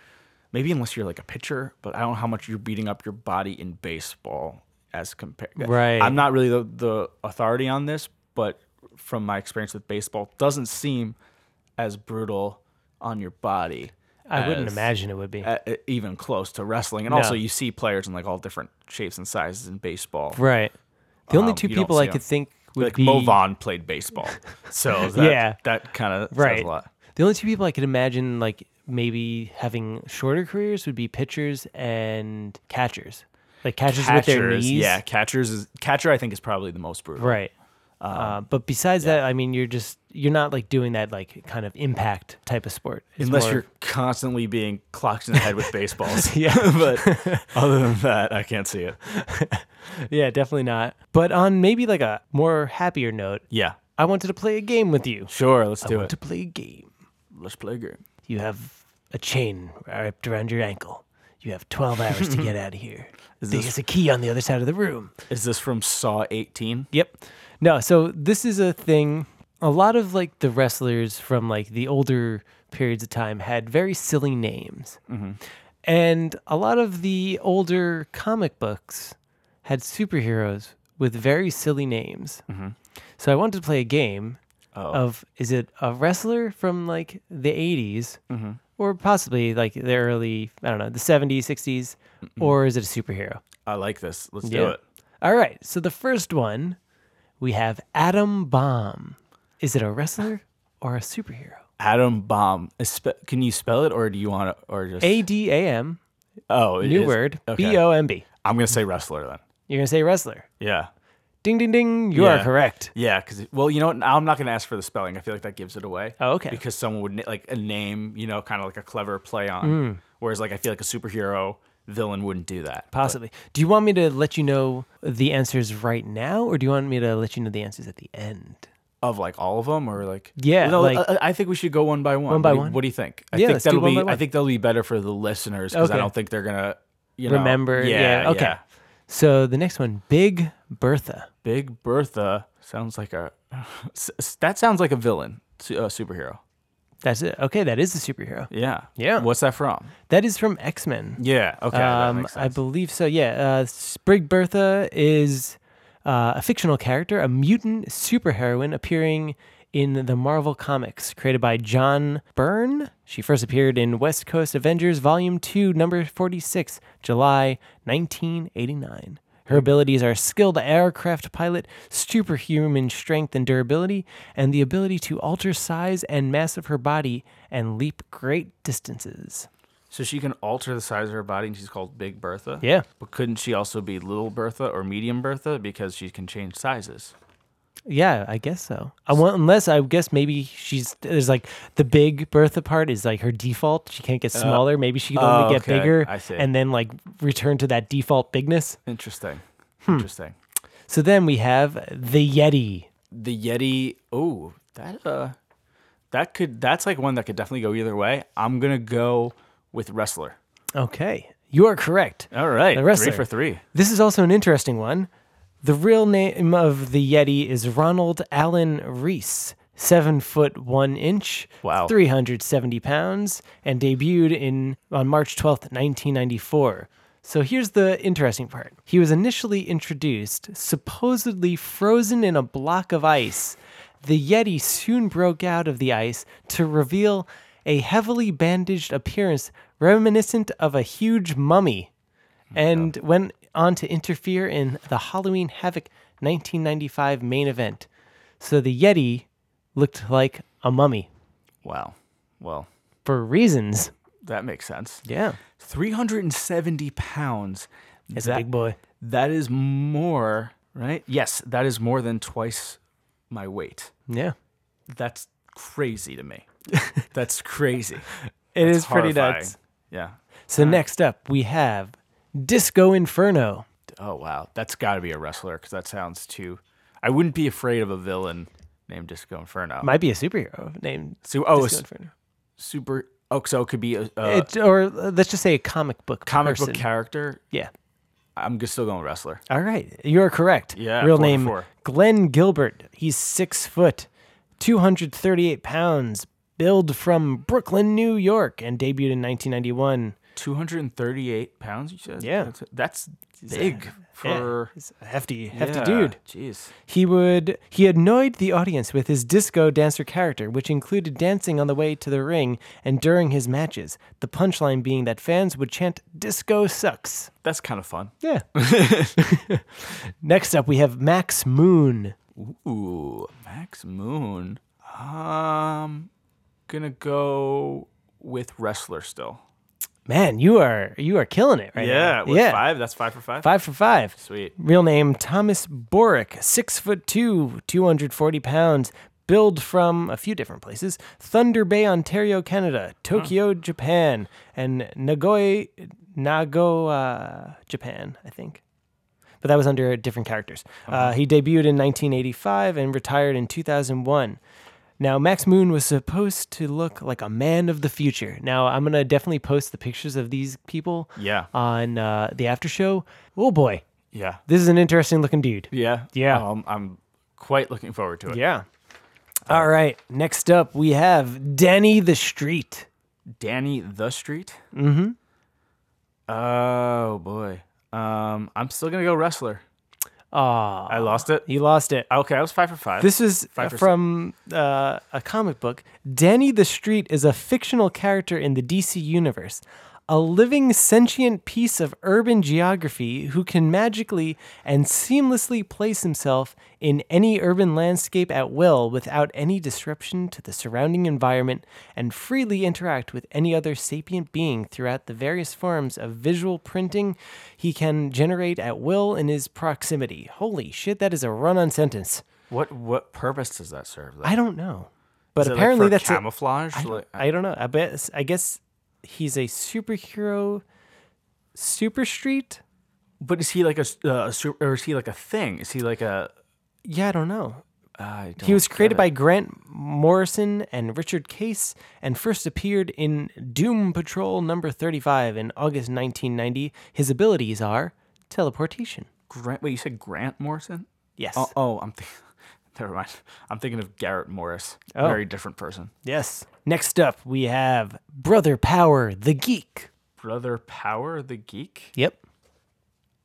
[SPEAKER 3] maybe unless you're like a pitcher, but I don't know how much you're beating up your body in baseball as compared.
[SPEAKER 2] Right.
[SPEAKER 3] I'm not really the, the authority on this, but from my experience with baseball, doesn't seem as brutal on your body.
[SPEAKER 2] I wouldn't
[SPEAKER 3] as-
[SPEAKER 2] imagine it would be.
[SPEAKER 3] uh, even close to wrestling. And also, you see players in like all different shapes and sizes in baseball.
[SPEAKER 2] right. The only
[SPEAKER 3] um,
[SPEAKER 2] two
[SPEAKER 3] you don't
[SPEAKER 2] people I
[SPEAKER 3] see 'em.
[SPEAKER 2] could think would
[SPEAKER 3] Like
[SPEAKER 2] be
[SPEAKER 3] Mo Vaughn
[SPEAKER 2] <laughs>
[SPEAKER 3] played baseball, so that,
[SPEAKER 2] Yeah.
[SPEAKER 3] that kind of says
[SPEAKER 2] Right.
[SPEAKER 3] a lot.
[SPEAKER 2] The only two people I could imagine like maybe having shorter careers would be pitchers and catchers. Like catchers, with their knees.
[SPEAKER 3] yeah, catchers is catcher. I think is probably the most brutal.
[SPEAKER 2] Right.
[SPEAKER 3] Um,
[SPEAKER 2] uh, but besides that, I mean, you're just you're not like doing that like kind of impact type of sport. It's
[SPEAKER 3] Unless
[SPEAKER 2] more-
[SPEAKER 3] you're constantly being clocked in the head with baseballs.
[SPEAKER 2] <laughs> Yeah.
[SPEAKER 3] but other than that, I can't see it.
[SPEAKER 2] yeah, definitely not. But on maybe like a more happier note,
[SPEAKER 3] Yeah,
[SPEAKER 2] I wanted to play a game with you.
[SPEAKER 3] sure. Let's
[SPEAKER 2] I
[SPEAKER 3] do
[SPEAKER 2] want
[SPEAKER 3] it.
[SPEAKER 2] to play a game.
[SPEAKER 3] Let's play a game.
[SPEAKER 2] You have a chain wrapped around your ankle. You have 12 hours to <laughs> get out of here. There's a key on the other side of the room.
[SPEAKER 3] Is this from Saw 18?
[SPEAKER 2] Yep. No, so this is a thing. A lot of like the wrestlers from like the older periods of time had very silly names. And a lot of the older comic books had superheroes with very silly names. So I wanted to play a game
[SPEAKER 3] Oh,
[SPEAKER 2] of is it a wrestler from like the 80s
[SPEAKER 3] Mm-hmm.
[SPEAKER 2] or possibly like the early, I don't know, the 70s, 60s, or is it a superhero?
[SPEAKER 3] I like this. Let's do
[SPEAKER 2] Yeah.
[SPEAKER 3] it.
[SPEAKER 2] All right. So the first one, we have Adam Bomb. Is it a
[SPEAKER 3] <sighs>
[SPEAKER 2] wrestler or a superhero?
[SPEAKER 3] Adam Bomb. Is spe- Can you spell it, or do you want to, or just
[SPEAKER 2] A D A M,
[SPEAKER 3] Oh, it
[SPEAKER 2] new
[SPEAKER 3] is-
[SPEAKER 2] word,
[SPEAKER 3] Okay.
[SPEAKER 2] B O M B.
[SPEAKER 3] I'm gonna say wrestler then.
[SPEAKER 2] You're going to say wrestler.
[SPEAKER 3] Yeah,
[SPEAKER 2] Ding, ding, ding. You
[SPEAKER 3] Yeah.
[SPEAKER 2] are correct.
[SPEAKER 3] yeah. Because well, you know, what? I'm not gonna ask for the spelling. I feel like that gives it away.
[SPEAKER 2] Oh, okay.
[SPEAKER 3] Because someone would na- like a name, you know, kind of like a clever play
[SPEAKER 2] Hmm.
[SPEAKER 3] on. Whereas like I feel like a superhero villain wouldn't do that.
[SPEAKER 2] Possibly. do you want me to let you know the answers right now, or do you want me to let you know the answers at the end?
[SPEAKER 3] Of like all of them, or like
[SPEAKER 2] Yeah,
[SPEAKER 3] No,
[SPEAKER 2] like-
[SPEAKER 3] I, I think we should go one by one.
[SPEAKER 2] One by
[SPEAKER 3] What do you-
[SPEAKER 2] one?
[SPEAKER 3] What do you think? I
[SPEAKER 2] Yeah,
[SPEAKER 3] think
[SPEAKER 2] let's do
[SPEAKER 3] that'll
[SPEAKER 2] one
[SPEAKER 3] be.
[SPEAKER 2] by one.
[SPEAKER 3] I think that'll be better for the listeners because I
[SPEAKER 2] Okay.
[SPEAKER 3] don't think they're gonna you know
[SPEAKER 2] Remember?
[SPEAKER 3] Yeah.
[SPEAKER 2] okay.
[SPEAKER 3] yeah.
[SPEAKER 2] So the next one, Big Bertha.
[SPEAKER 3] Big Bertha sounds like a. s- that sounds like a villain, su- a superhero.
[SPEAKER 2] That's it. Okay, that is a superhero.
[SPEAKER 3] Yeah.
[SPEAKER 2] Yeah.
[SPEAKER 3] What's that from?
[SPEAKER 2] That is from X Men.
[SPEAKER 3] Yeah. Okay. that
[SPEAKER 2] um,
[SPEAKER 3] makes
[SPEAKER 2] I
[SPEAKER 3] sense.
[SPEAKER 2] believe so. Yeah, uh, Sprig Bertha is uh, a fictional character, a mutant superheroine appearing in the Marvel comics created by John Byrne. She first appeared in West Coast Avengers Volume Two, Number Forty Six, July nineteen eighty nine. Her abilities are skilled aircraft pilot, superhuman strength and durability, and the ability to alter size and mass of her body and leap great distances.
[SPEAKER 3] so she can alter the size of her body, and she's called Big Bertha.
[SPEAKER 2] Yeah.
[SPEAKER 3] But couldn't she also be Little Bertha or Medium Bertha because she can change sizes?
[SPEAKER 2] Yeah, I guess so. I want, unless I guess maybe she's there's like the big Bertha part is like her default. She can't get smaller. maybe she can only
[SPEAKER 3] Uh, oh,
[SPEAKER 2] get
[SPEAKER 3] okay.
[SPEAKER 2] bigger
[SPEAKER 3] I see.
[SPEAKER 2] and then like return to that default bigness.
[SPEAKER 3] Interesting.
[SPEAKER 2] Hmm.
[SPEAKER 3] Interesting.
[SPEAKER 2] So then we have the Yeti.
[SPEAKER 3] The Yeti. Oh, that uh, that could. That's like one that could definitely go either way. I'm gonna go with wrestler.
[SPEAKER 2] Okay, you are correct.
[SPEAKER 3] All right.
[SPEAKER 2] The wrestler.
[SPEAKER 3] Three for three.
[SPEAKER 2] This is also an interesting one. The real name of the Yeti is Ronald Allen Reese, seven foot one inch,
[SPEAKER 3] Wow.
[SPEAKER 2] three hundred seventy pounds, and debuted in on March twelfth, nineteen ninety four. So here's the interesting part. He was initially introduced, supposedly frozen in a block of ice. The Yeti soon broke out of the ice to reveal a heavily bandaged appearance reminiscent of a huge mummy and went on to interfere in the Halloween Havoc 1995 main event. So the Yeti looked like a mummy
[SPEAKER 3] Wow. Well,
[SPEAKER 2] for reasons.
[SPEAKER 3] that makes sense.
[SPEAKER 2] Yeah.
[SPEAKER 3] 370 pounds.
[SPEAKER 2] It's
[SPEAKER 3] That-
[SPEAKER 2] a big boy.
[SPEAKER 3] That is more, right? Yes, that is more than twice my weight.
[SPEAKER 2] Yeah.
[SPEAKER 3] That's crazy
[SPEAKER 2] <laughs>
[SPEAKER 3] to me. That's crazy.
[SPEAKER 2] It
[SPEAKER 3] That's
[SPEAKER 2] is pretty
[SPEAKER 3] horrifying.
[SPEAKER 2] nuts.
[SPEAKER 3] Yeah.
[SPEAKER 2] So next up, we have Disco Inferno.
[SPEAKER 3] Oh wow, that's got to be a wrestler because that sounds too. I wouldn't be afraid of a villain named Disco Inferno.
[SPEAKER 2] Might be a superhero named
[SPEAKER 3] so oh,
[SPEAKER 2] Disco
[SPEAKER 3] s-
[SPEAKER 2] Inferno.
[SPEAKER 3] super. Oh, so it could be a, a
[SPEAKER 2] It- or uh, let's just say a comic book
[SPEAKER 3] comic book
[SPEAKER 2] person.
[SPEAKER 3] character.
[SPEAKER 2] yeah.
[SPEAKER 3] I'm g- still going wrestler.
[SPEAKER 2] All right, you are correct.
[SPEAKER 3] Yeah,
[SPEAKER 2] real
[SPEAKER 3] four for
[SPEAKER 2] name
[SPEAKER 3] four.
[SPEAKER 2] Glenn Gilbert. He's six foot, 238 pounds, billed from Brooklyn, New York, and debuted in Eh, 1991.
[SPEAKER 3] 238 pounds, you said?
[SPEAKER 2] Yeah.
[SPEAKER 3] That's, that's big for.
[SPEAKER 2] yeah, he's a hefty, hefty
[SPEAKER 3] Yeah,
[SPEAKER 2] dude.
[SPEAKER 3] Jeez.
[SPEAKER 2] He would he annoyed the audience with his disco dancer character, which included dancing on the way to the ring and during his matches. The punchline being that fans would chant "Disco sucks."
[SPEAKER 3] That's kind of fun.
[SPEAKER 2] Yeah. <laughs> Next up, we have Max Moon.
[SPEAKER 3] Ooh, Max Moon. Um, gonna go with wrestler still.
[SPEAKER 2] Man, you are you are killing it right now.
[SPEAKER 3] yeah, with five. That's five for five.
[SPEAKER 2] five for five.
[SPEAKER 3] Sweet.
[SPEAKER 2] Real name Thomas Borick, six foot two, 240 pounds. Billed from a few different places Thunder Bay, Ontario, Canada, Tokyo, Japan, and Nagoya, Nagoya, Japan, I think. But that was under different characters. Uh, he debuted in 1985 and retired in 2001. Now, Max Moon was supposed to look like a man of the future. Now, I'm going to definitely post the pictures of these people
[SPEAKER 3] Yeah.
[SPEAKER 2] on uh, the after show. Oh boy,
[SPEAKER 3] Yeah.
[SPEAKER 2] this is an interesting looking dude.
[SPEAKER 3] Yeah.
[SPEAKER 2] Yeah.
[SPEAKER 3] Um, I'm quite looking forward to it.
[SPEAKER 2] Yeah. All right. Next up, we have Danny the Street.
[SPEAKER 3] Danny the Street. Mm-hmm. Oh boy. Um, I'm still gonna go wrestler.
[SPEAKER 2] Ah,
[SPEAKER 3] I lost it.
[SPEAKER 2] you lost it.
[SPEAKER 3] Okay, I was five for five.
[SPEAKER 2] This is
[SPEAKER 3] Five percent.
[SPEAKER 2] from uh, a comic book. Danny the Street is a fictional character in the DC universe, a living sentient piece of urban geography who can magically and seamlessly place himself in any urban landscape at will without any disruption to the surrounding environment and freely interact with any other sapient being throughout the various forms of visual printing he can generate at will in his proximity. Holy shit, that is a run on sentence.
[SPEAKER 3] what what purpose does that serve? Though?
[SPEAKER 2] I don't know, but
[SPEAKER 3] Is it, like,
[SPEAKER 2] apparently
[SPEAKER 3] for
[SPEAKER 2] that's a-
[SPEAKER 3] camouflage.
[SPEAKER 2] I, don't,
[SPEAKER 3] Like, uh,
[SPEAKER 2] I don't know. I bet I guess he's a superhero, super street.
[SPEAKER 3] but is he like a, s- uh, a super, or is he like a thing? Is he like a?
[SPEAKER 2] Yeah, I don't know.
[SPEAKER 3] I don't
[SPEAKER 2] He was
[SPEAKER 3] get
[SPEAKER 2] created
[SPEAKER 3] Oh, it.
[SPEAKER 2] by Grant Morrison and Richard Case, and first appeared in Doom Patrol number thirty-five in August nineteen ninety. His abilities are teleportation.
[SPEAKER 3] Grant. Wait, you said Grant Morrison?
[SPEAKER 2] Yes.
[SPEAKER 3] Oh, oh I'm thinking. <laughs> Never mind. I'm thinking of Garrett Morris.
[SPEAKER 2] Oh.
[SPEAKER 3] Very different person.
[SPEAKER 2] Yes. Next up, we have Brother Power the Geek.
[SPEAKER 3] Brother Power the Geek.
[SPEAKER 2] Yep.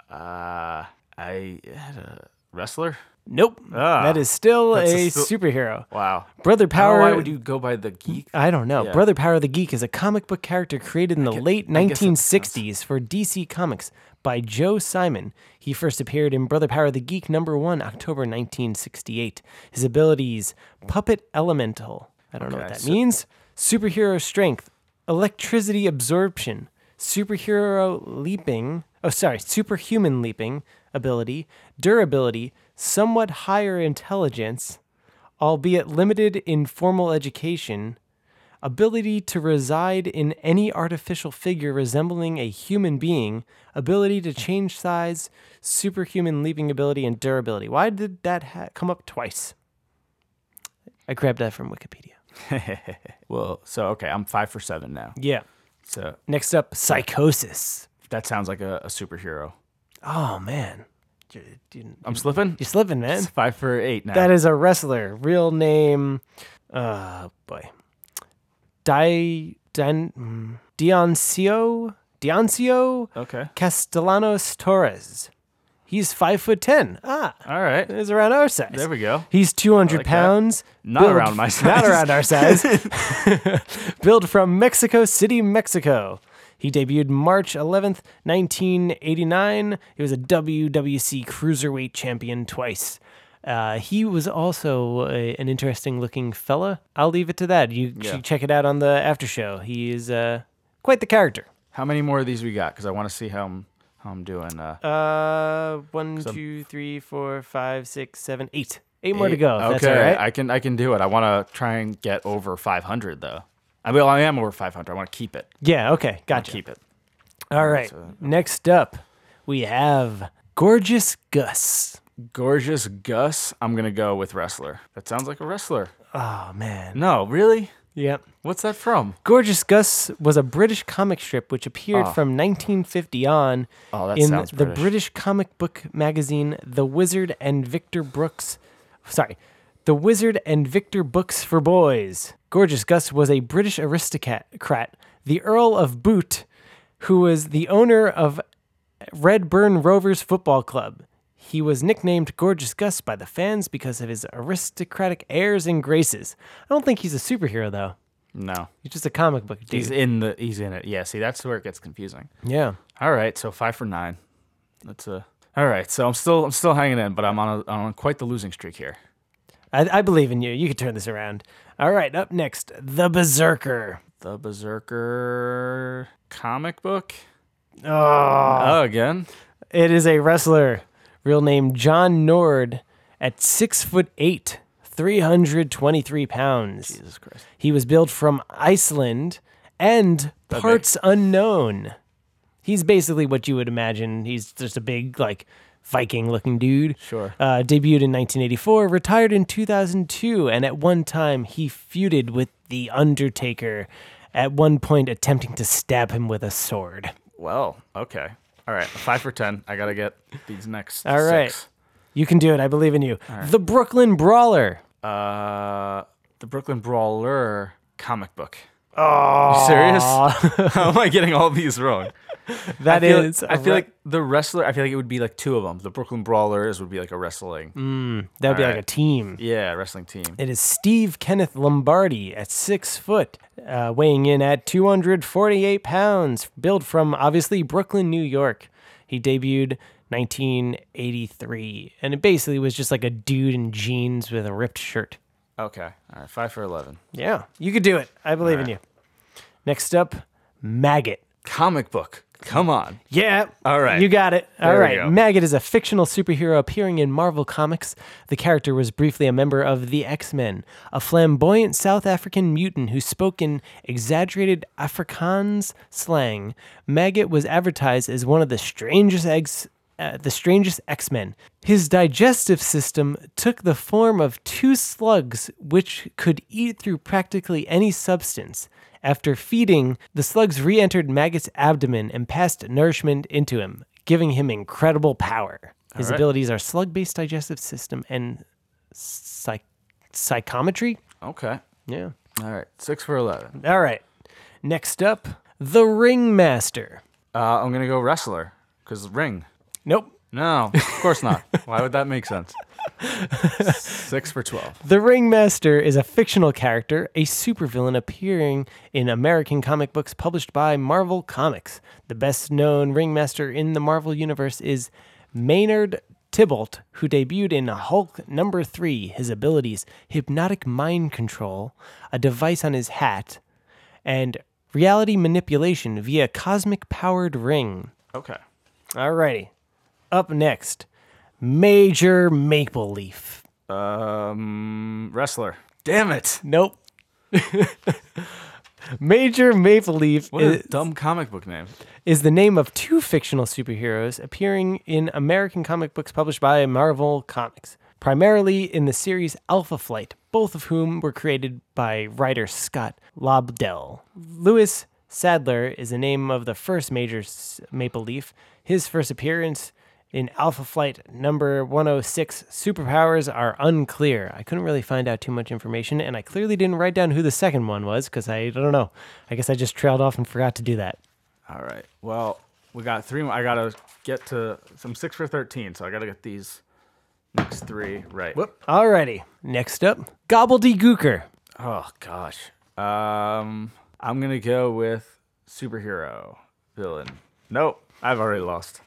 [SPEAKER 3] Uh, I had a wrestler.
[SPEAKER 2] Nope.
[SPEAKER 3] Ah,
[SPEAKER 2] that is still
[SPEAKER 3] that's
[SPEAKER 2] a,
[SPEAKER 3] a stu-
[SPEAKER 2] superhero.
[SPEAKER 3] Wow.
[SPEAKER 2] Brother Power.
[SPEAKER 3] Why would you go by the
[SPEAKER 2] <laughs>
[SPEAKER 3] geek? <laughs>
[SPEAKER 2] I don't know.
[SPEAKER 3] Yeah.
[SPEAKER 2] Brother Power the Geek is a comic book character created in the late
[SPEAKER 3] I guess that makes
[SPEAKER 2] 1960s for DC Comics by Joe Simon. He first appeared in Brother Power the Geek number 1 October 1968. His abilities Puppet Elemental. I don't know what
[SPEAKER 3] Okay,
[SPEAKER 2] that
[SPEAKER 3] so-
[SPEAKER 2] means. Superhero strength, electricity absorption, superhero leaping, oh sorry, superhuman leaping ability, durability, somewhat higher intelligence, albeit limited in formal education, ability to reside in any artificial figure resembling a human being, ability to change size, superhuman leaping ability, and durability. Why did that ha- come up twice? I grabbed that from Wikipedia.
[SPEAKER 3] Well, so okay, I'm five for seven now.
[SPEAKER 2] Yeah.
[SPEAKER 3] So
[SPEAKER 2] Next up, psychosis.
[SPEAKER 3] that sounds like a, a superhero.
[SPEAKER 2] Oh man, Dude, dude,
[SPEAKER 3] I'm slipping.
[SPEAKER 2] you're slipping, man.
[SPEAKER 3] It's five for eight now.
[SPEAKER 2] That is a wrestler. Real name, uh, boy, Di Dan mm, Dioncio Dioncio
[SPEAKER 3] okay.
[SPEAKER 2] Castellanos Torres. He's five foot ten. Ah,
[SPEAKER 3] All right.
[SPEAKER 2] is around our size.
[SPEAKER 3] There we go.
[SPEAKER 2] He's 200
[SPEAKER 3] like that.
[SPEAKER 2] pounds.
[SPEAKER 3] Not around my
[SPEAKER 2] <laughs>
[SPEAKER 3] size.
[SPEAKER 2] Not around our size. <laughs> Built from Mexico City, Mexico. He debuted March 11th, 1989. He was a WWC Cruiserweight Champion twice. Uh, he was also a, an interesting looking fella. I'll leave it to that. You should check it out on the after show. He is uh, quite the character.
[SPEAKER 3] How many more of these we got? Because I want to see how I'm how I'm doing. Uh,
[SPEAKER 2] Uh, one, two, three, four, five, six, seven, eight. Eight more to go. if
[SPEAKER 3] Okay.
[SPEAKER 2] That's all right.
[SPEAKER 3] I can I can do it. I want to try and get over 500 though. I mean, I am over 500. I want to keep it.
[SPEAKER 2] yeah. Okay. Gotcha.
[SPEAKER 3] Keep it.
[SPEAKER 2] All right. Next up, we have Gorgeous Gus.
[SPEAKER 3] Gorgeous Gus. I'm gonna go with wrestler. That sounds like a wrestler.
[SPEAKER 2] Oh, man.
[SPEAKER 3] No, really?
[SPEAKER 2] Yep.
[SPEAKER 3] What's that from?
[SPEAKER 2] Gorgeous Gus was a British comic strip which appeared
[SPEAKER 3] Ah.
[SPEAKER 2] from 1950 on
[SPEAKER 3] Oh, that
[SPEAKER 2] in
[SPEAKER 3] sounds
[SPEAKER 2] the
[SPEAKER 3] British.
[SPEAKER 2] British comic book magazine The Wizard and Victor Brooks. Sorry. The Wizard and Victor Books for Boys. Gorgeous Gus was a British aristocrat, crat, the Earl of Boot, who was the owner of Redburn Rovers Football Club. He was nicknamed Gorgeous Gus by the fans because of his aristocratic airs and graces. I don't think he's a superhero, though.
[SPEAKER 3] No,
[SPEAKER 2] He's just a comic book dude.
[SPEAKER 3] he's in the he's in it. Yeah, see, that's where it gets confusing.
[SPEAKER 2] yeah.
[SPEAKER 3] All right, so five for nine. That's a all right. So I'm still I'm still hanging in, but I'm on a, I'm on quite the losing streak here.
[SPEAKER 2] I, I believe in you. You can turn this around. All right, up next, The Berserker.
[SPEAKER 3] The Berserker comic book
[SPEAKER 2] Oh.
[SPEAKER 3] oh, again.
[SPEAKER 2] It is a wrestler, real name John Nord, at six foot eight, 323 pounds.
[SPEAKER 3] Jesus Christ.
[SPEAKER 2] He was billed from Iceland and parts unknown. He's basically what you would imagine. He's just a big, like, Viking looking dude.
[SPEAKER 3] Sure.
[SPEAKER 2] Uh, debuted in 1984, retired in 2002, and at one time he feuded with The Undertaker, at one point attempting to stab him with a sword.
[SPEAKER 3] Well, okay. All right, five for ten. I gotta get these next.
[SPEAKER 2] All right.
[SPEAKER 3] six.
[SPEAKER 2] You can do it. I believe in you. The Brooklyn Brawler.
[SPEAKER 3] Uh, the Brooklyn Brawler comic book.
[SPEAKER 2] Ah.
[SPEAKER 3] Oh, you serious? <laughs> How am I getting all these wrong?
[SPEAKER 2] That
[SPEAKER 3] I feel,
[SPEAKER 2] is.
[SPEAKER 3] I feel like the wrestler. I feel like it would be like two of them. The Brooklyn Brawlers would be like a wrestling.
[SPEAKER 2] that would be like
[SPEAKER 3] right.
[SPEAKER 2] a team.
[SPEAKER 3] Yeah, wrestling team.
[SPEAKER 2] It is Steve Kenneth Lombardi at six foot, uh, weighing in at 248 pounds, billed from obviously Brooklyn, New York. He debuted 1983, and it basically was just like a dude in jeans with a ripped shirt.
[SPEAKER 3] Okay. All right. Five for eleven.
[SPEAKER 2] Yeah, you could do it. I believe in you. Next up, Maggot.
[SPEAKER 3] Comic book. Come on.
[SPEAKER 2] Yeah.
[SPEAKER 3] All right.
[SPEAKER 2] You got it. All
[SPEAKER 3] There we
[SPEAKER 2] right.
[SPEAKER 3] go.
[SPEAKER 2] Maggot is a fictional superhero appearing in Marvel Comics. The character was briefly a member of the X Men, a flamboyant South African mutant who spoke in exaggerated Afrikaans slang. Maggot was advertised as one of the strangest eggs. Uh, the strangest X Men. His digestive system took the form of two slugs, which could eat through practically any substance. After feeding, the slugs re entered Maggot's abdomen and passed nourishment into him, giving him incredible power. His abilities are slug based digestive system and psych- psychometry.
[SPEAKER 3] Okay.
[SPEAKER 2] Yeah.
[SPEAKER 3] All right. Six for eleven.
[SPEAKER 2] All right. Next up, the Ringmaster.
[SPEAKER 3] Uh, I'm gonna go wrestler because ring.
[SPEAKER 2] Nope.
[SPEAKER 3] No, of course not. Why would that make sense? Six for twelve.
[SPEAKER 2] The Ringmaster is a fictional character, a supervillain appearing in American comic books published by Marvel Comics. The best known Ringmaster in the Marvel Universe is Maynard Tybalt, who debuted in Hulk number 3. His abilities hypnotic mind control, a device on his hat, and reality manipulation via cosmic powered ring.
[SPEAKER 3] Okay.
[SPEAKER 2] Alrighty. Up next, Major Maple Leaf.
[SPEAKER 3] Um, wrestler. Damn it!
[SPEAKER 2] Nope. <laughs> Major Maple Leaf
[SPEAKER 3] What a
[SPEAKER 2] is,
[SPEAKER 3] dumb comic book name.
[SPEAKER 2] is the name of two fictional superheroes appearing in American comic books published by Marvel Comics, primarily in the series Alpha Flight, both of whom were created by writer Scott Lobdell. Lewis Sadler is the name of the first Major S- Maple Leaf. His first appearance in Alpha Flight number 106, superpowers are unclear. I couldn't really find out too much information, and I clearly didn't write down who the second one was because I don't know. I guess I just trailed off and forgot to do that.
[SPEAKER 3] All right. Well, we got three. more. I gotta get to some six for thirteen, so I gotta get these next three right. Whoop.
[SPEAKER 2] Alrighty. Next up, Gobbledygooker.
[SPEAKER 3] Oh gosh. Um, I'm gonna go with superhero villain. Nope, I've already lost.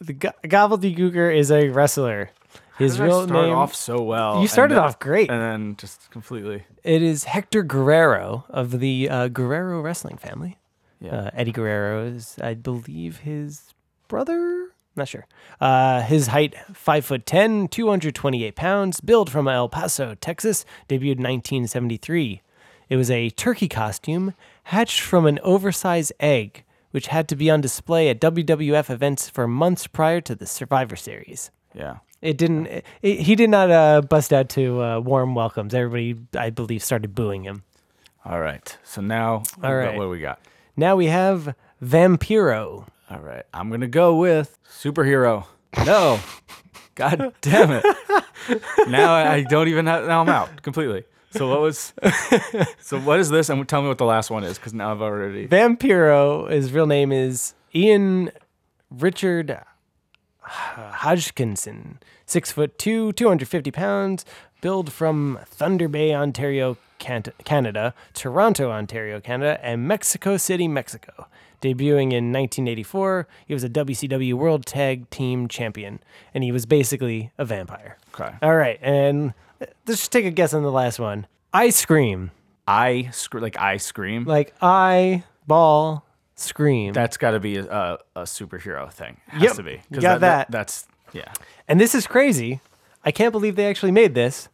[SPEAKER 2] The Go- Gobbledygooker is a wrestler. His
[SPEAKER 3] Did I
[SPEAKER 2] real
[SPEAKER 3] start
[SPEAKER 2] name.
[SPEAKER 3] off so well.
[SPEAKER 2] you
[SPEAKER 3] and
[SPEAKER 2] started
[SPEAKER 3] then-
[SPEAKER 2] off great.
[SPEAKER 3] and then just completely.
[SPEAKER 2] It is Hector Guerrero of the uh, Guerrero wrestling family.
[SPEAKER 3] Yeah.
[SPEAKER 2] Uh, Eddie Guerrero is, I believe, his brother. Not sure. Uh, his height, five foot ten, two hundred twenty-eight pounds. Build from El Paso, Texas. Debuted nineteen seventy-three. It was a turkey costume hatched from an oversized egg, which had to be on display at WWF events for months prior to the Survivor Series.
[SPEAKER 3] Yeah.
[SPEAKER 2] It didn't. It, he did not uh, bust out to uh, warm welcomes. Everybody, I believe, started booing him.
[SPEAKER 3] All right. So now, what
[SPEAKER 2] All
[SPEAKER 3] we got-
[SPEAKER 2] right.
[SPEAKER 3] what do we got?
[SPEAKER 2] Now we have Vampiro.
[SPEAKER 3] All <laughs> right. I'm gonna go with superhero. No. God damn it. now I I don't even have. Now I'm out completely. So what was? so what is this? And tell me what the last one is, because now I've already.
[SPEAKER 2] Vampiro, his real name is Ian Richard Hodgkinson, six foot two, 250 pounds, billed from Thunder Bay, Ontario, Can- Canada, Toronto, Ontario, Canada, and Mexico City, Mexico. Debuting in 1984, he was a WCW World Tag Team Champion, and he was basically a vampire.
[SPEAKER 3] Okay.
[SPEAKER 2] All right, and let's just take a guess on the last one. I scream.
[SPEAKER 3] I scr- like I scream.
[SPEAKER 2] Like I ball scream.
[SPEAKER 3] That's got to be a, a, a superhero thing. Has
[SPEAKER 2] Yep.
[SPEAKER 3] to be. 'Cause
[SPEAKER 2] You got that.
[SPEAKER 3] That's yeah.
[SPEAKER 2] And this is crazy. I can't believe they actually made this.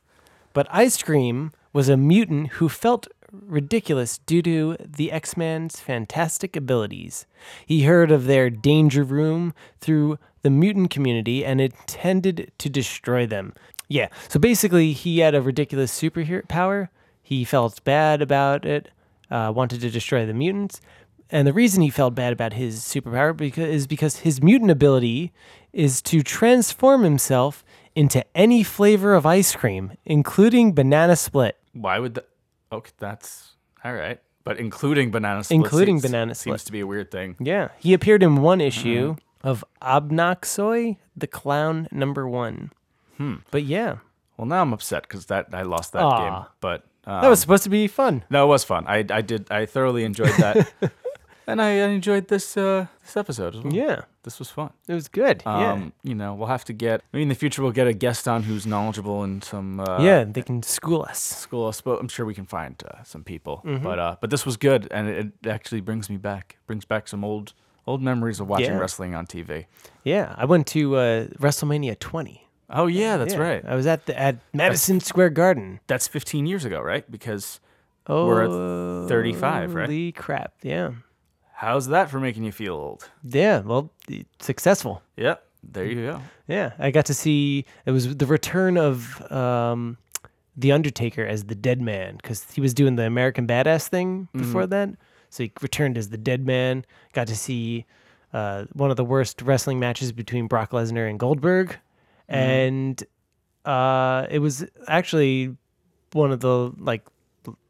[SPEAKER 2] But Ice Cream was a mutant who felt ridiculous due to the X Men's fantastic abilities. He heard of their danger room through the mutant community and intended to destroy them. Yeah, so basically, he had a ridiculous superhero power. He felt bad about it, uh, wanted to destroy the mutants. And the reason he felt bad about his superpower because, is because his mutant ability is to transform himself into any flavor of ice cream, including banana split.
[SPEAKER 3] Why would the? Okay, that's all right. But including banana split.
[SPEAKER 2] Including
[SPEAKER 3] seems-
[SPEAKER 2] banana split.
[SPEAKER 3] seems to be a weird thing.
[SPEAKER 2] Yeah. Mm-hmm. He appeared in one issue of Obnoxoy, the clown number one. Hmm. But yeah,
[SPEAKER 3] Well, now I'm upset because that I lost that game.
[SPEAKER 2] Aw.
[SPEAKER 3] But uh,
[SPEAKER 2] that was supposed to be fun.
[SPEAKER 3] no, it was fun. I I did I thoroughly enjoyed
[SPEAKER 2] <laughs>
[SPEAKER 3] that, and I enjoyed this uh, this episode as well.
[SPEAKER 2] Yeah.
[SPEAKER 3] this was fun.
[SPEAKER 2] It was good.
[SPEAKER 3] Um, you know, we'll have to get. Maybe in the future, we'll get a guest on who's knowledgeable in some. Uh,
[SPEAKER 2] yeah. yeah. They can school us.
[SPEAKER 3] School, I suppose- I'm sure we can find uh, some people,
[SPEAKER 2] Mm-hmm.
[SPEAKER 3] but uh, but this was good, and it, it actually brings me back, brings back some old old memories of watching
[SPEAKER 2] Yeah.
[SPEAKER 3] wrestling on TV.
[SPEAKER 2] Yeah. I went to uh, WrestleMania 20.
[SPEAKER 3] Oh yeah, that's
[SPEAKER 2] Yeah,
[SPEAKER 3] right.
[SPEAKER 2] I was at the at Madison Square Garden.
[SPEAKER 3] That's 15 years ago, right? Because
[SPEAKER 2] Oh,
[SPEAKER 3] we're at 35, right?
[SPEAKER 2] Holy crap! Yeah,
[SPEAKER 3] how's that for making you feel old?
[SPEAKER 2] yeah. Well, i- successful.
[SPEAKER 3] Yep, there you go.
[SPEAKER 2] Yeah, I got to see it was the return of um, the Undertaker as the Dead Man because he was doing the American Badass thing
[SPEAKER 3] Mm-hmm.
[SPEAKER 2] before that. So he returned as the Dead Man. Got to see uh, one of the worst wrestling matches between Brock Lesnar and Goldberg, and uh, it was actually one of the like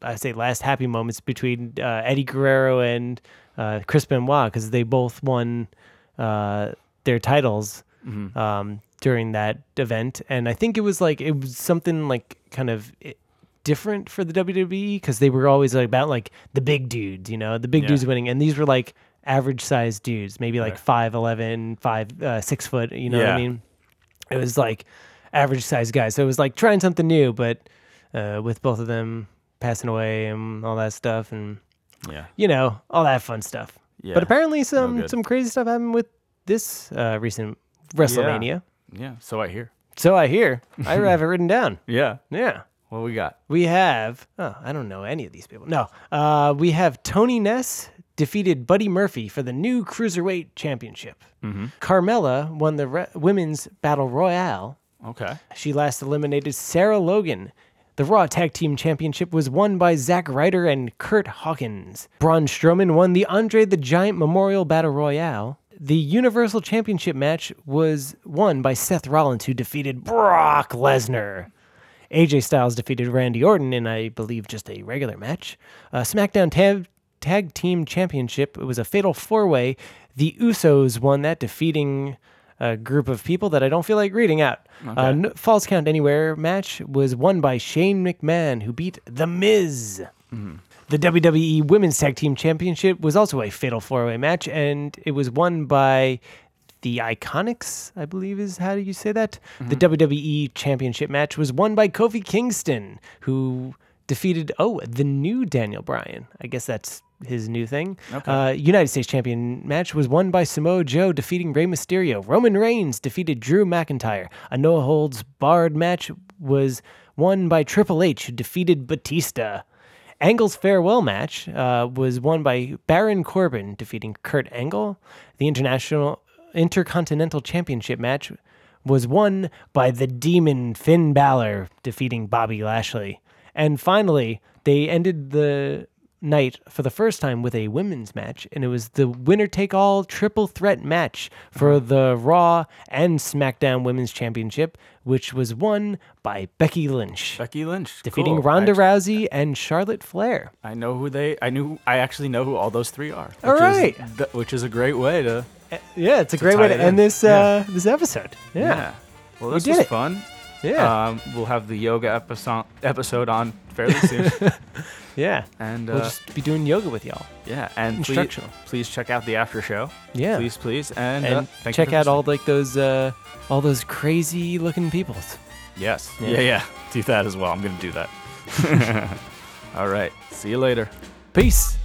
[SPEAKER 2] I say last happy moments between uh, Eddie Guerrero and uh, Chris Benoit because they both won uh, their titles um, during that event, and I think it was like it was something like kind of. i different for the WWE because they were always like, about like the big dudes, you know, the big dudes winning, and these were like average sized dudes, maybe like 5'11", 5 uh, six foot, you know what I
[SPEAKER 3] Yeah.
[SPEAKER 2] mean? it was like average sized guys. So it was like trying something new, but uh, with both of them passing away and all that stuff, and
[SPEAKER 3] Yeah.
[SPEAKER 2] you know all that fun stuff.
[SPEAKER 3] Yeah.
[SPEAKER 2] But apparently some
[SPEAKER 3] good.
[SPEAKER 2] some crazy stuff happened with this uh, recent WrestleMania.
[SPEAKER 3] Yeah, so I hear.
[SPEAKER 2] So I hear.
[SPEAKER 3] <laughs>
[SPEAKER 2] I have it written down.
[SPEAKER 3] Yeah.
[SPEAKER 2] Yeah.
[SPEAKER 3] What we got?
[SPEAKER 2] We have, oh, I don't know any of these people. No, uh, we have Tony Ness defeated Buddy Murphy for the new Cruiserweight Championship.
[SPEAKER 3] Mm-hmm.
[SPEAKER 2] Carmella won the re- Women's Battle Royale.
[SPEAKER 3] Okay.
[SPEAKER 2] She last eliminated Sarah Logan. The Raw Tag Team Championship was won by Zack Ryder and Kurt Hawkins. Braun Strowman won the Andre the Giant Memorial Battle Royale. The Universal Championship match was won by Seth Rollins, who defeated Brock Lesnar. AJ Styles defeated Randy Orton in, I believe, just a regular match. Uh, SmackDown Tag Tag Team Championship it was a fatal four way. The Usos won that, defeating a group of people that I don't feel like reading out. Uh, no, False Count Anywhere match was won by Shane McMahon, who beat The Miz. The WWE Women's Tag Team Championship was also a fatal four way match, and it was won by the Iconics, I believe is how do you say that? The WWE Championship match was won by Kofi Kingston, who defeated, oh, the new Daniel Bryan. I guess that's his new thing. Uh, United States Champion match was won by Samoa Joe, defeating Rey Mysterio. Roman Reigns defeated Drew McIntyre. A no holds barred match was won by Triple H, who defeated Batista. Angle's farewell match uh, was won by Baron Corbin, defeating Kurt Angle. The international intercontinental championship match was won by the Demon Finn Balor, defeating Bobby Lashley. And finally, they ended the night for the first time with a women's match, and it was the winner take all triple threat match for the Raw and SmackDown Women's Championship, which was won by Becky Lynch,
[SPEAKER 3] Becky Lynch
[SPEAKER 2] defeating
[SPEAKER 3] cool.
[SPEAKER 2] Ronda
[SPEAKER 3] I,
[SPEAKER 2] Rousey and Charlotte Flair.
[SPEAKER 3] I know who they. I knew. I actually know who all those three are.
[SPEAKER 2] All
[SPEAKER 3] which is
[SPEAKER 2] right.
[SPEAKER 3] th- which is a great way to.
[SPEAKER 2] Eh, Yeah, it's a great
[SPEAKER 3] tie
[SPEAKER 2] way to
[SPEAKER 3] it
[SPEAKER 2] end
[SPEAKER 3] in.
[SPEAKER 2] this uh, this episode. Yeah,
[SPEAKER 3] Well, this
[SPEAKER 2] did
[SPEAKER 3] was
[SPEAKER 2] it.
[SPEAKER 3] fun.
[SPEAKER 2] yeah, Uh,
[SPEAKER 3] Um, we'll have the yoga episode episode on fairly
[SPEAKER 2] <laughs>
[SPEAKER 3] soon,
[SPEAKER 2] yeah.
[SPEAKER 3] and uh,
[SPEAKER 2] We'll just be doing yoga with y'all.
[SPEAKER 3] yeah, and please,
[SPEAKER 2] instructional.
[SPEAKER 3] please check out the after show.
[SPEAKER 2] Yeah.
[SPEAKER 3] Please, please, and, uh,
[SPEAKER 2] and
[SPEAKER 3] thank you
[SPEAKER 2] check
[SPEAKER 3] for
[SPEAKER 2] out
[SPEAKER 3] listening.
[SPEAKER 2] all like those uh, all those crazy looking peoples.
[SPEAKER 3] Yes.
[SPEAKER 2] Yeah.
[SPEAKER 3] yeah, <laughs> yeah. Do that as well. I'm gonna do that. all right. See you later.
[SPEAKER 2] Peace.